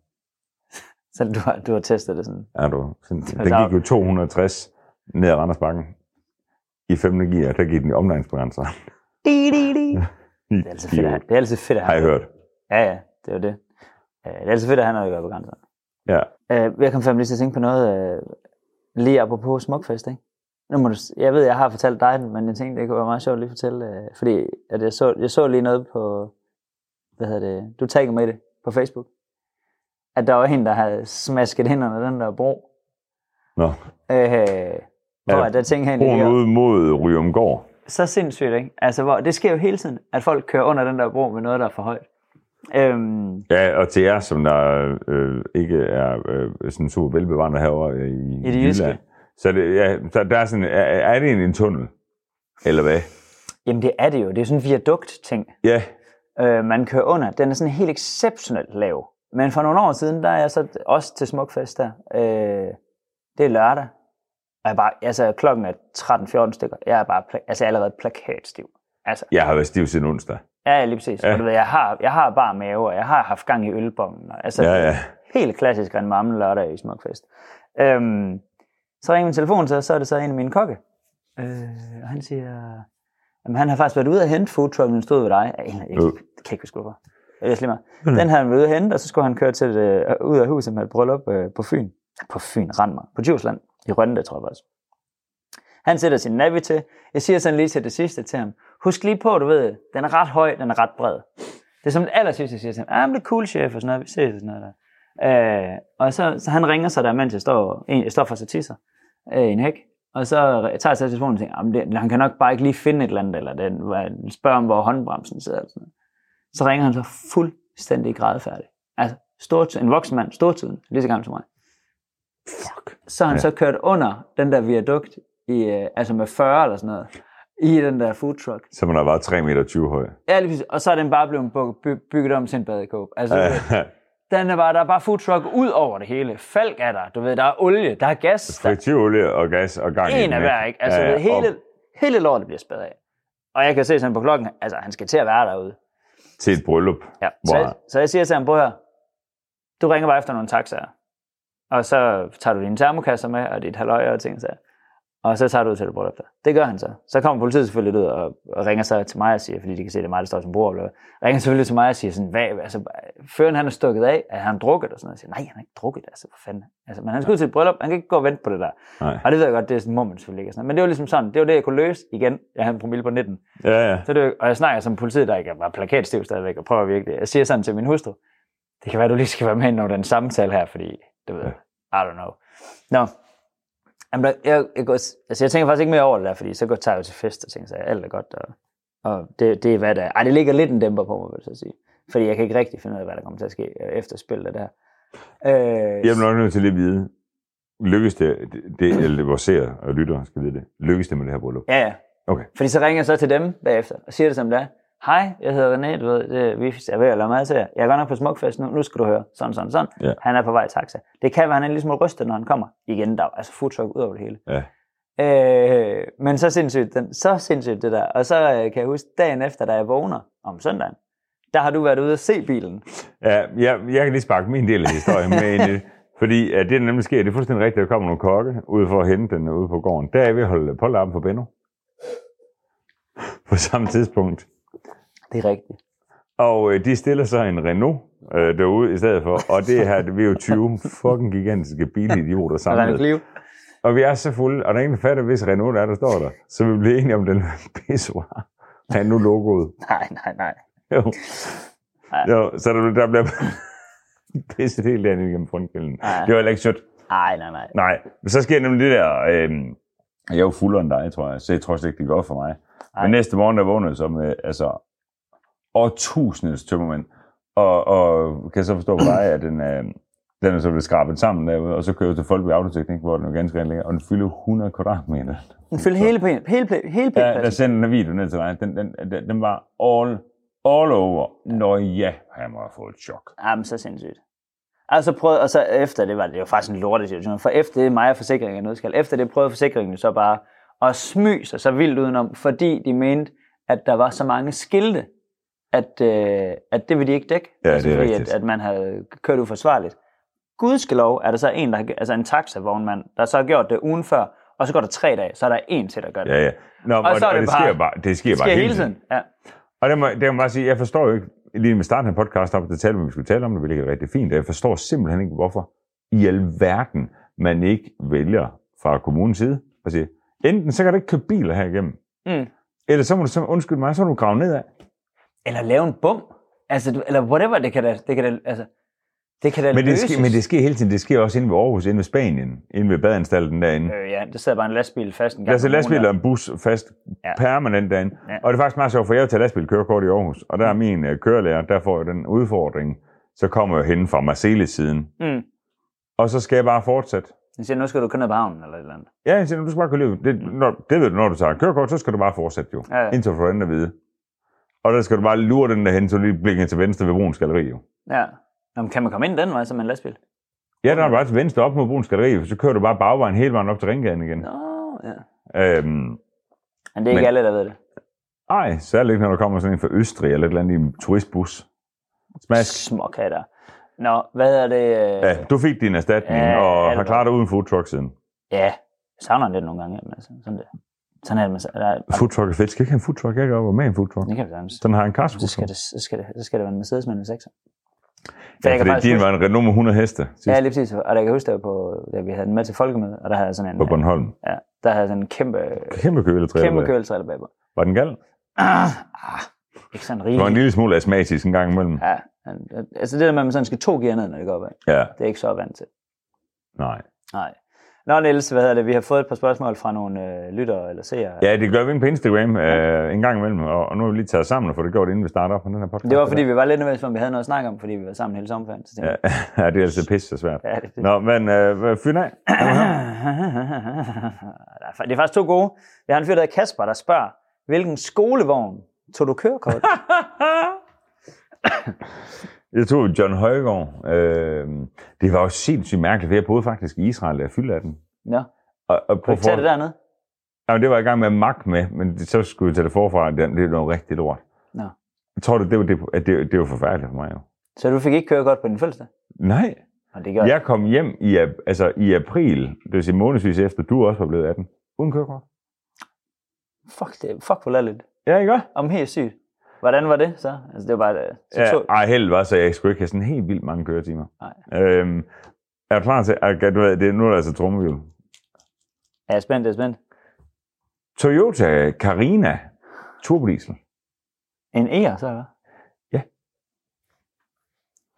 Så du har, du har testet det sådan. Er du sindssyg. Den Der er- gik jo 260 ned ad Randersbakken. I 5. gear, der gik den i omdrejningsbegrænser. Di, di, di. Det er altid fedt at have. Det er altid fedt at Har have. jeg hørt. Ja, ja, det er jo det. Øh, Det er altid fedt at have noget at gøre på grænsen. Ja. Øh, Jeg kom fandme lige til at tænke på noget, øh, lige apropos smukfest, ikke? Nu må du, s- jeg ved, jeg har fortalt dig den, men jeg tænkte, det kunne være meget sjovt lige at fortælle. Øh, fordi at jeg, så, jeg så lige noget på, hvad hedder det, du taggede med det på Facebook. At der var en, der havde smasket ind under den der bro. Nå, Øh, hvor Ja, ja, der tænkte han broen ude mod Ryumgård. så sindssygt, ikke? Altså, hvor, det sker jo hele tiden, at folk kører under den der bro med noget, der er for højt. Øhm, Ja, og til jer, som der øh, ikke er øh, sådan super velbevandret herovre øh, i, I det jyske. Jylland, Så, det, ja, så der er, sådan, er, er det en, en tunnel? Eller hvad? jamen, det er det jo. Det er sådan en viadukt-ting, Ja, øh, man kører under. Den er sådan helt exceptionelt lav. Men for nogle år siden, der er jeg så også til Smukfest der. Øh, det er lørdag. Og jeg er bare, altså, klokken er 13-14 stykker. Jeg er bare pla- altså, jeg er allerede plakatstiv. Altså, jeg har været stiv siden onsdag. ja, ja, lige præcis. Ja. Ja. Og du ved, jeg har, jeg har bare mave, og jeg har haft gang i ølbommen. Og, altså, Ja, ja. helt klassisk en mamme lørdag i Smukfest. Øhm, så ringer min telefon, så, så er det så en af mine kokke. Øh, og han siger, jamen, han har faktisk været ude at hente foodtrucken, den stod ved dig. Jeg, jeg, jeg, Øh. jeg kan ikke huske, hvorfor. Øh, Det er slet meget. Den havde han været ude at hente, og så skulle han køre til det, øh, ud af huset med et bryllup øh, på Fyn. På Fyn, rend mig. På Djursland. I Rønne, tror jeg også. Han sætter sin navi til. Jeg siger sådan lige til det sidste til ham. Husk lige på, du ved, den er ret høj, den er ret bred. Det er som det aller sidste, jeg siger til ham. Ah, men det er cool, chef, og sådan noget. Vi ses og sådan noget der. Øh, og så, så han ringer så der, mens jeg står, en, jeg står for tisser øh, i en hæk. Og så tager jeg så telefonen og tænker, "Jamen, det, han kan nok bare ikke lige finde et eller andet, eller den, hvad- spørger om, hvor håndbremsen sidder. Eller sådan noget. Så ringer han så fuldstændig grædefærdig. Altså, stort, en voksen mand, stortiden, lige så gammel som mig. Fuck. Så har han Ja. ja. så kørt under den der viadukt, i, øh, altså med 40 eller sådan noget, i den der food truck. Så man har været 3,20 meter høj. Ja, lige præcis. og så er den bare blevet bu- by- bygget om til en badekåb. Altså, ja. den er bare, der er bare food truck ud over det hele. Falk er der, du ved, der er olie, der er gas, der Fritivolie og gas og gang i en den, af hver, ikke? Altså, ja, hele, Og hele lortet bliver spadet af. Og jeg kan se sådan på klokken, altså han skal til at være derude. til et bryllup. Ja. Så, Wow. jeg, så jeg siger til ham, prøv her, du ringer bare efter nogle taxaer. Og så tager du dine termokasser med, og dit halvøje og ting, så. Og så tager du ud til det bryllup der. Det gør han så. Så kommer politiet selvfølgelig ud og, og ringer så til mig og siger, fordi de kan se, det er mig, der står som bror. eller hvad. Ringer selvfølgelig til mig og siger sådan, hvad, altså, føren han er stukket af, er han drukket og sådan noget. Jeg siger, nej, han har ikke drukket, altså, for fanden. Altså, men han skal ud til et bryllup, han kan ikke gå og vente på det der. Nej. Og det ved jeg godt, det er sådan, må man selvfølgelig ikke. og Sådan. noget. Men det var ligesom sådan, det var det, jeg kunne løse igen. Jeg havde en promille på 19. Ja, ja. Så det, var- og jeg snakker som politiet, der ikke er bare plakatstiv stadigvæk, og prøver at virke det. Jeg siger sådan til min hustru, det kan være, du lige skal være med ind under den samtale her, fordi, du ved, I don't know. Nå, Jamen, der, jeg, jeg, går, altså, jeg tænker faktisk ikke mere over det der, fordi så går, tager jeg jo til fest og tænker, så alt er godt, og, og det, det er hvad der er. Ej, det ligger lidt en dæmper på mig, vil jeg så sige. Fordi jeg kan ikke rigtig finde ud af, hvad der kommer til at ske øh, efter spillet af det her. Øh, Jeg er nok nødt til lige at vide, lykkes det, det, det eller det, vores seere og lyttere skal vide det, lykkes det med det her bryllup? Ja, ja. Okay. Fordi så ringer jeg så til dem bagefter og siger det som det er. Hej, jeg hedder René, du ved, det, vi er ved at lave mad til jer. Jeg er godt nok på smukfest nu, nu skal du høre. Sådan, sådan, sådan. Ja. Han er på vej i taxa. Det kan være, han er ligesom rystet, når han kommer. Igen, der er altså foodtruck ud over det hele. Ja. Øh, men så sindssygt, den, så sindssygt det der. Og så øh, kan jeg huske, dagen efter, da jeg vågner om søndagen, der har du været ude og se bilen. Ja, jeg, jeg kan lige sparke min del af historien med ind i det. Fordi at det, der nemlig sker, det er fuldstændig rigtigt, at der kommer nogle kokke ud for at hente den ude på gården. Der er vi holdt på larm på Benno. På samme tidspunkt. Det er rigtigt. Og øh, de stiller så en Renault øh, derude i stedet for. Og det her, det er jo 20 fucking gigantiske Og bilidioter René samlet. Clive. Og vi er så fulde, og der er ingen, der fatter, hvis Renault er, der står der. Så vi bliver enige om den her pissoir. Han nu logoet. Nej, nej, nej. Jo. Ja. jo så der, der bliver pisset helt derinde igennem frontkælden. Ja. Det var heller ikke sødt. Nej, nej, nej. Nej, men så sker nemlig det der... Øh, jeg er jo fuldere end dig, tror jeg, så jeg tror slet ikke, det går for mig. Ej. Ej. Men næste morgen, der vågnede jeg så med altså, årtusindes tømmermænd, og, og kan så forstå på dig, at den, øh, den er så blevet skrabet sammen derude, og så kører jeg til folk ved Autoteknik, hvor den jo ganske rent ligger, og den fylder 100 kvadratmeter. Den fyldte hele pinden. Hele, hele, hele Ja, der pladsen. sendte en video ned til dig. Den, den, den, den var all, all over. Nå ja, han må have fået et chok. Jamen, Ah, så sindssygt. Og så prøvede, og så efter det var det jo faktisk en lortet situation, for efter det mig og forsikringen er nødskal, efter det prøvede forsikringen jo så bare at smyge sig så vildt udenom, fordi de mente, at der var så mange skilte, at, øh, at det ville de ikke dække. Ja, altså, det er fordi at, rigtigt. at, man havde kørt uforsvarligt. Gudskelov er der så en, der har, altså en taxavognmand, der så har gjort det ugen før, og så går der tre dage, så er der en til, der gør det. Ja, ja. Nå, og, og, så er og det det, bare- sker bare, det sker, det bare sker hele tiden. Ja. Og det må, det må jeg bare sige, jeg forstår jo ikke, lige med starten af podcasten, op, der talte vi, om, at vi skulle tale om det, hvilket er rigtig fint, og jeg forstår simpelthen ikke, hvorfor i alverden man ikke vælger fra kommunens side og sige, Enten så kan du ikke købe biler her igennem, Mm. eller så må du, så, undskyld mig, så må du grave ned af. Eller lave en bum. Altså, du- eller whatever, det kan da, det kan da, altså, det kan da Men det, løses. sker, men det sker hele tiden. Det sker også inde ved Aarhus, inde ved Spanien, inde ved badeanstalten derinde. Øh, ja, der sad bare en lastbil fast en gang. Der Altså, er så om ugen, lastbil og en bus fast Ja. ja. permanent derinde. Ja. Mm. Ja. Og det er faktisk meget sjovt, for jeg har taget lastbilkørekort i Aarhus, og der er min øh, kørelærer, der får jeg den udfordring, så kommer jeg henne fra Marseille-siden. Mm. Og så skal jeg bare fortsætte. Den siger, nu skal du kun ned på havnen eller et eller andet. Ja, jeg siger, du skal bare køre livet. Det, når, det ved du, når du tager kørekort, så skal du bare fortsætte jo. Ja, ja. Indtil du får den at vide. Og der skal du bare lure den der hen, så du lige blinker til venstre ved Bruns Galeri jo. Ja. Nå, men kan man komme ind den vej som en lastbil? Mm. Ja, der er du bare til venstre op mod Bruns Galeri, for så kører du bare bagvejen hele vejen op til Ringgaden igen. Nå, ja. Øhm, Men det er ikke Men- alle, der ved det. ej, særligt ikke, når der kommer sådan en fra Østrig eller et eller andet i en turistbus. Smask. Småkatter. Nå, hvad er det? øh, Ja, du fik din erstatning Ja, ja, og har alvor. klaret dig uden foodtruck siden. Ja, jeg savner lidt nogle gange. Men altså, sådan, det. sådan er det. Med, der, er- Foodtruck er fedt. Skal jeg ikke have en foodtruck? Jeg kan godt være med i en foodtruck. det kan vi sagtens. Den har en kars Så skal, foodtruck. det, så, skal det, så skal det være en Mercedes med en 6. Ja, fordi din var en Renault med 100 heste Ja, sidst lige præcis. Og der kan jeg huske, der på, da vi havde den med til folkemøde, og der havde jeg sådan en, på Bornholm. ja, der havde jeg sådan en kæmpe, Kæmpe køletræder. kæmpe køletrælle bagpå. Var den gal? Ah, ikke sådan Den rigtig. var en lille smule astmatisk en gang imellem. Ja, men, altså det der med, at man sådan skal to gear ned, når det går opad, Ja, det er ikke så vant til. nej. Nej. Nå Niels, hvad hedder det? Vi har fået et par spørgsmål fra nogle øh, lyttere eller seere. Ja, det gør vi inde på Instagram øh, en gang imellem, og, og nu har vi lige taget sammen og fået det gjort, inden vi starter op på den her podcast. Det var fordi, vi var lidt nervøse, for om vi havde noget at snakke om, fordi vi var sammen hele sommerferien. Så tænkte Ja, jeg, ja det er altid pisse så svært. ja, det, det. Nå, men øh, fyr den af. Der er fa- det er faktisk to gode. Vi har en fyr, der hedder Kasper, der spørger, hvilken skolevogn tog du kørekort? Jeg tog John Højgaard. Øh, det var jo sindssygt mærkeligt, for jeg boede faktisk i Israel, da jeg fyldte af den. Nå, Og, og kan du prøv ikke tage det for, dernede? jamen, det var jeg i gang med at magt med, men det, så skulle jeg tage det forfra, og det, det er noget rigtig lort. Nå. Jeg tror, det, det, var, det, at det, det var forfærdeligt for mig jo. Så du fik ikke kørekort på din fødselsdag? Nej, Og det gjorde jeg kom hjem i, ap- altså, i april, det vil sige månedsvis efter, du også var blevet 18, uden kørekort. Fuck, det, fuck hvor latterligt. Ja, ikke også? Om helt sygt. Hvordan var det så? Altså, det var bare... øh, Så Ja, tog... ej, heldig var, så jeg skulle ikke have sådan helt vildt mange køretimer. Nej. Øhm, er du klar til, at du ved, det, nu er der altså trommehjul. Ja, jeg er spændt, jeg er spændt. Toyota Carina turbodiesel. En E'er, så eller? Ja.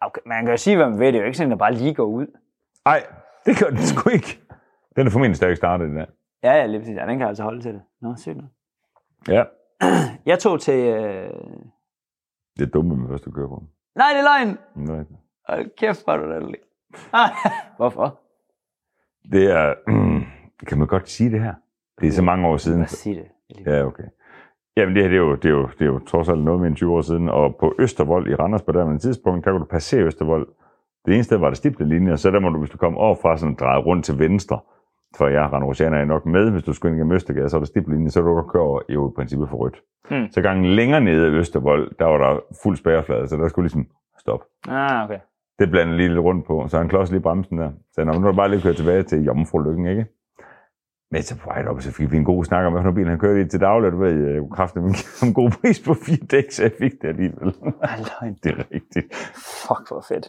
Okay, man kan jo sige, hvad man ved. Det er jo ikke sådan, at bare lige går ud. Ej, det gør den sgu ikke. Den er formentlig stadig startet i dag. Ja, ja, lige præcis. Ja, den kan altså holde til det. Nå, sygt nok. Ja. Jeg tog til... Øh... Det er dumt, med første kører på. Nej, det er løgn! Men det er rigtigt. Hold kæft, hvor er du latterlig. Ah, Hvorfor? Det er... kan man godt sige det her? Det er så mange år siden. Hvad siger det? Ja. Ja, okay. Jamen det her, det er jo, det er jo, det er jo trods alt noget med en 20 år siden, og på Østervold i Randers på det tidspunkt, der kunne du passere Østervold. Det ene sted var der stipte linjer, så der må du, hvis du kom overfra, sådan dreje rundt til venstre, for jeg Randerosianer er nok med, hvis du skulle ind igennem Østergade, så er der stipte linjer, så er du godt køre over, jo i princippet for rødt. Mm. Så gangen længere nede i Østervold, der var der fuld spærreflade, så der skulle ligesom stoppe. Ah, okay. Det blandede lige lidt rundt på, så han klods lige bremsen der. Så når nu er der bare lige kørt tilbage til Jomfrulykken, ikke? Men så på vej op, så fik vi en god snak om, hvilken bil han kørte i til daglig, og du ved, jeg kunne kraftigt give ham en god pris på fire dæk, så jeg fik det alligevel. Ej, løgn. det er rigtigt. Fuck, hvor fedt.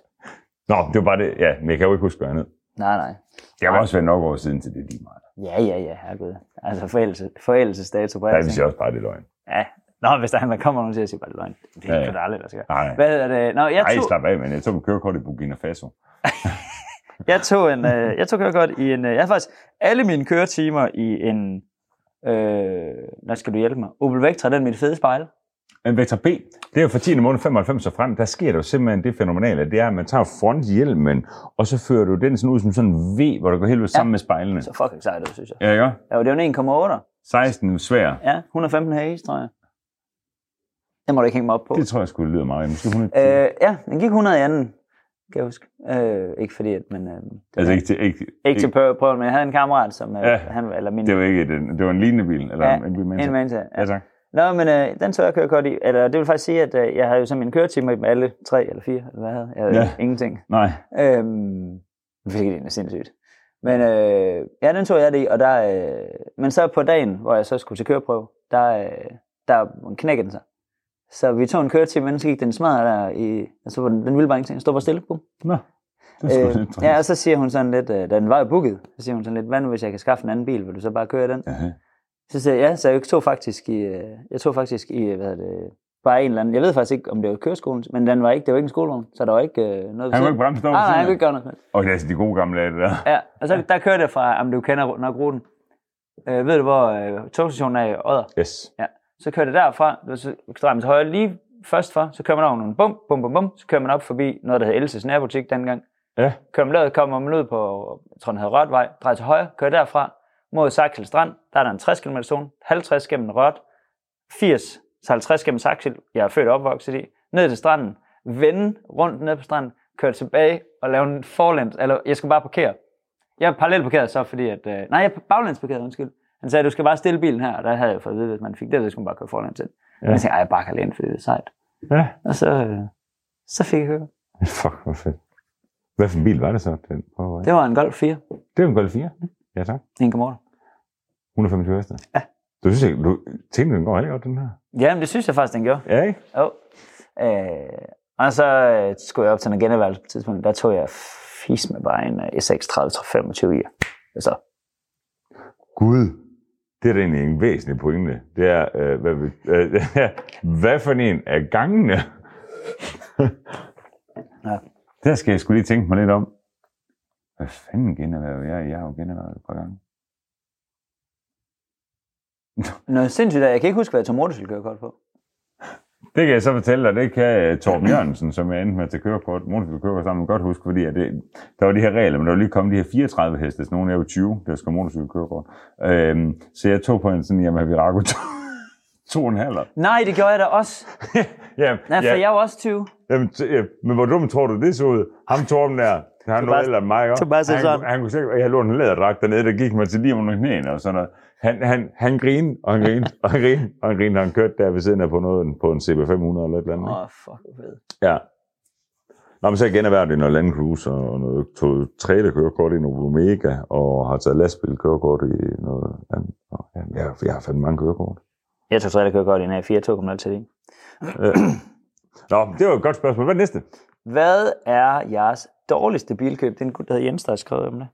Nå, det var bare det. Ja, men jeg kan jo ikke huske, hvad han hed. Nej, nej. Det har også været nok år siden til det lige meget. Ja, ja, ja, herregud. Altså forældelse, forældelsesdato på Der alt. vil ikke? jeg også bare det er løgn. Ja. Nå, hvis der er en, der kommer nogen til at sige, bare det er løgn. Det Ja, er ja. ja, ja. aldrig, der sker. Nej, Hvad hedder det? Nå, jeg Nej, tog, slap af, men jeg tog med kørekort i Burkina Faso. jeg tog, en, øh, jeg tog kørekort i en... Øh, jeg har faktisk alle mine køretimer i en... Øh, hvad skal du hjælpe mig? Opel Vectra, den er mit fede spejl. Men Vector B, det er jo fra 10. måned 95 og frem, der sker der jo simpelthen det fænomenale, at det er, at man tager fronthjelmen, og så fører du den sådan ud som sådan en V, hvor der går helt ud sammen med spejlene. Så fucking sejt, ud, synes jeg. Ja, ja. Ja, det var en 1,8. 16 svær. Ja, 115 her i, tror jeg. Den må du ikke hænge mig op på. Det tror jeg skulle lyde meget. Måske 110. Øh, Øh, ja, den gik 100 i anden, kan jeg huske. Øh, ikke fordi, at man... Øh, det altså var- ikke til, ikke, ikke til prø- prøven, men jeg havde en kammerat, som... Øh, Ja. han, eller min, Det var ikke et, det var en lignende bil, eller Ja, en bil med en mand til. Ja. Ja, tak. Nå, men øh, den tør jeg køre godt i. Eller det vil faktisk sige, at øh, jeg havde jo sådan min køretimer med alle tre eller fire, eller hvad jeg havde. Jeg havde ja. Ja. ingenting. Nej. Øhm, hvilket er sindssygt. Men øh, ja, den tog jeg det i, og der, øh, men så på dagen, hvor jeg så skulle til køreprøve, der, øh, der knækkede den sig. Så vi tog en køretime, men så gik den smadret der i, og så var den, den ville bare ingenting, den stod bare stille. Bum. Nå. Det er sgu Øh, lidt ja, og så siger hun sådan lidt, øh, da den var jo booket, så siger hun sådan lidt, hvad nu hvis jeg kan skaffe en anden bil, vil du så bare køre i den? Jaha. Så sagde jeg, ja, så jeg tog faktisk i, øh, jeg tog faktisk i, øh, hvad hedder det, bare en eller anden, jeg ved faktisk ikke, om det var køreskolen, men den var ikke, det var ikke en skolevogn, så der var ikke øh, noget ved Han kunne siden. ikke bremse Nej, over nej, jeg kunne ikke gøre noget. som helst. Og det er altså de gode gamle dage, det der. Ja, og så der kørte jeg fra, om du kender nok ruten. Øh, ved du, hvor øh, togstationen er i Odder? Yes. Så kører det derfra, og så drejer man til højre lige først for, så kører man over nogle bum, bum, bum, bum, så kører man op forbi noget, der hed Elses nærbutik dengang. Ja. Kører man derud, kommer man ud på, jeg tror, den hedder Rørdvej, drejer til højre, kører derfra mod Saxil Strand, der er der en 60 km zone, 50 gennem Rørt, 80 til 50 gennem Saxil, jeg er født og opvokset i, ned til stranden, vende rundt ned på stranden, køre tilbage og lave en forlæns, eller jeg skal bare parkere. Jeg parallelt parkerede så, fordi at, øh, nej, jeg baglæns parkerede, undskyld. Han sagde, du skal bare stille bilen her, og der havde jeg fået at vide, hvis man fik det, så skulle man bare køre forlæns ind. Ja. Ja. Jeg tænkte, ej, jeg bare kan læne, fordi det er sejt. Ja. Og så, øh, så fik jeg høre. Fuck, hvor fedt. Hvad for en bil var det så? Den? prøver jeg. Det var en Golf 4, Det var en Golf 4. Ja, tak. en Gamora. 125 heste. Ja. Du synes ikke, du tænkte, den går rigtig godt, den her. Jamen, det synes jeg faktisk, den gjorde. Ja, ikke? Jo. Øh, og så øh, skulle jeg op til en geneværelse på et tidspunkt. Der tog jeg fisk med bare en øh, SX 3025 i. Så, Gud. Det er da egentlig en væsentlig pointe. Det er, øh, hvad, vi- øh, hvad for en af gangene? Ja. Der skal jeg skulle lige tænke mig lidt om. Hvad fanden generhverv jeg? er? Jeg har jo generhvervet et par gange. noget sindssygt, er, jeg kan ikke huske, hvad jeg tog motorcykelkørekort på. Det kan jeg så fortælle dig, det kan øh, Torben Jørgensen, som jeg endte med at tage kørekort, motorcykelkørekort sammen, godt huske, fordi at det, der var de her regler, men der var lige kommet de her 34 heste, så nogen er jo 20, der skal have motorcykelkørekort. Øhm, så jeg tog på en sådan Yamaha Virago to, to og en halv. Nej, det gjorde jeg da også. Jamen, Nej, for ja. jeg var også 20. jamen, t- ja, men hvor dumt tror du det så ud? Ham Torben der, han var bare- ældre end mig, også. du bare se han, sådan. kunne- han, kunne sikkert, og jeg lå i en læderdragt dernede, der gik mig til lige under knæene og sådan noget. Han, han, han grinede, og han grinede, og han grinede, og han grinede, og han kørte der ved siden af på, noget, på en CB500 eller et eller andet. Åh, ikke? oh, fuck, hvor fedt. Ja. Nå, men så generhverv det noget Land Cruiser og noget tog trailer kørekort i Novo Omega, og har taget lastbil kørekort i noget andet. Og, ja, jeg, har- jeg har fandme mange kørekort. Jeg tog stadig kørekort i en A4 2.0 til din. Øh. Nå, det var et godt spørgsmål. Hvad er det næste? Hvad er jeres dårligste bilkøb? Det er en gut, der hedder Jens, der har skrevet om det.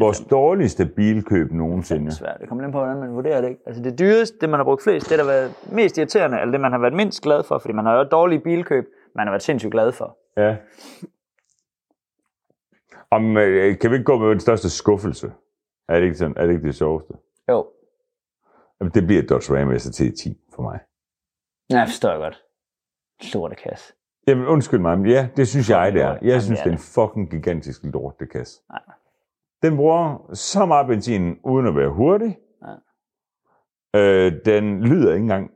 Vores dårligste bilkøb Det nogensinde. er svært. Det kommer lidt an på, hvordan man vurderer det. Ikke? Altså det dyreste, det man har brugt flest, det der har været mest irriterende, eller det man har været mindst glad for, fordi man har jo dårlige bilkøb, man har været sindssygt glad for. Ja. Om, øh, kan vi ikke gå med den største skuffelse? Er det ikke, sådan, er det, ikke det sjoveste? Jo, Jamen, det bliver Dodge Ram ST10 for mig. Nej, jeg forstår jeg godt. Lortekasse. Jamen, undskyld mig, men ja, det synes jeg, det er. Jamen, Jeg synes, det er det er en fucking gigantisk lortekasse. Nej. Den bruger så meget benzin, uden at være hurtig. Nej. Øh, den lyder ikke engang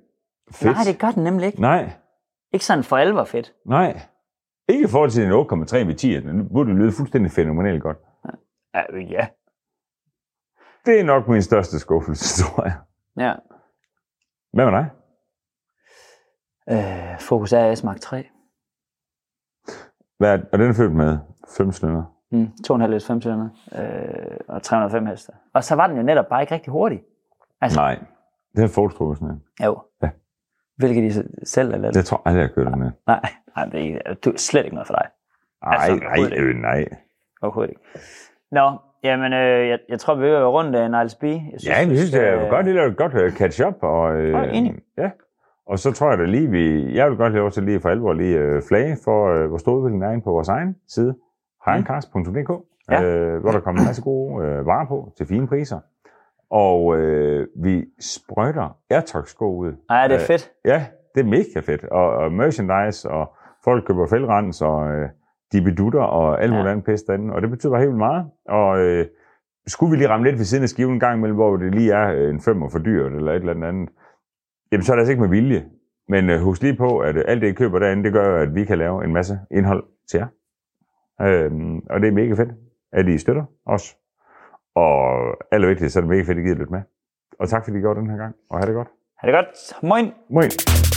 fedt. Nej, det gør den nemlig ikke. Nej. nej, Ikke sådan for alvor fedt. nej. Ikke i forhold til den 8,3 ved 10, den burde den lyde fuldstændig fænomenalt godt. Ja, øh, ja. Det er nok min største skuffelse, tror jeg. ja. Hvad med dig? Øh, Focus RS Mark 3. Hvad er, og den er fyldt med fem cylinder. Mm, 2,5 liters 5 cylinder øh, og 305 hester. Og så var den jo netop bare ikke rigtig hurtig. Altså- Nej, det er Fordstrukken sådan en. Jo. Ja. Hvilket de se- selv er lidt. Jeg tror aldrig, jeg har kørt den her. Nej, nej det, er, ikke- du, slet ikke noget for dig. Ej, Altså, nej, overhovedet ikke. øh, nej. Overhovedet ikke. Nå, jamen, øh, jeg, jeg tror, vi er rundt af en Niles B. Jeg Ja, men jeg synes, det er øh, godt, det er et godt øh, catch-up. Og, øh, Jeg er enig. Ja. Og så tror jeg da lige, vi, jeg vil godt lave til lige for alvor lige øh, flage for, øh, hvor stor udviklingen er inde på vores egen side, hejrenkars.dk, Ja. øh, hvor der kommer en masse gode øh, varer på til fine priser. Og øh, vi sprøjter Airtox-sko ud. Ej, det er Øh, fedt. Ja, det er mega fedt. Og, og merchandise, og folk køber fældrens, og øh, de bedutter, og alt muligt Ja. andet pis derinde. Og det betyder bare helt vildt meget. Og øh, skulle vi lige ramme lidt ved siden af skiven en gang imellem, hvor det lige er øh, en femmer for dyrt, eller et eller andet andet, jamen så er det altså ikke med vilje. Men øh, husk lige på, at øh, alt det, I køber derinde, det gør, at vi kan lave en masse indhold til jer. Øhm, og det er mega fedt, at I støtter os. Og allervigtigst, så er det mega fedt, at I gider lidt med. Og tak, fordi I gjorde den her gang, og have det godt. Ha' det godt. Moin. Moin!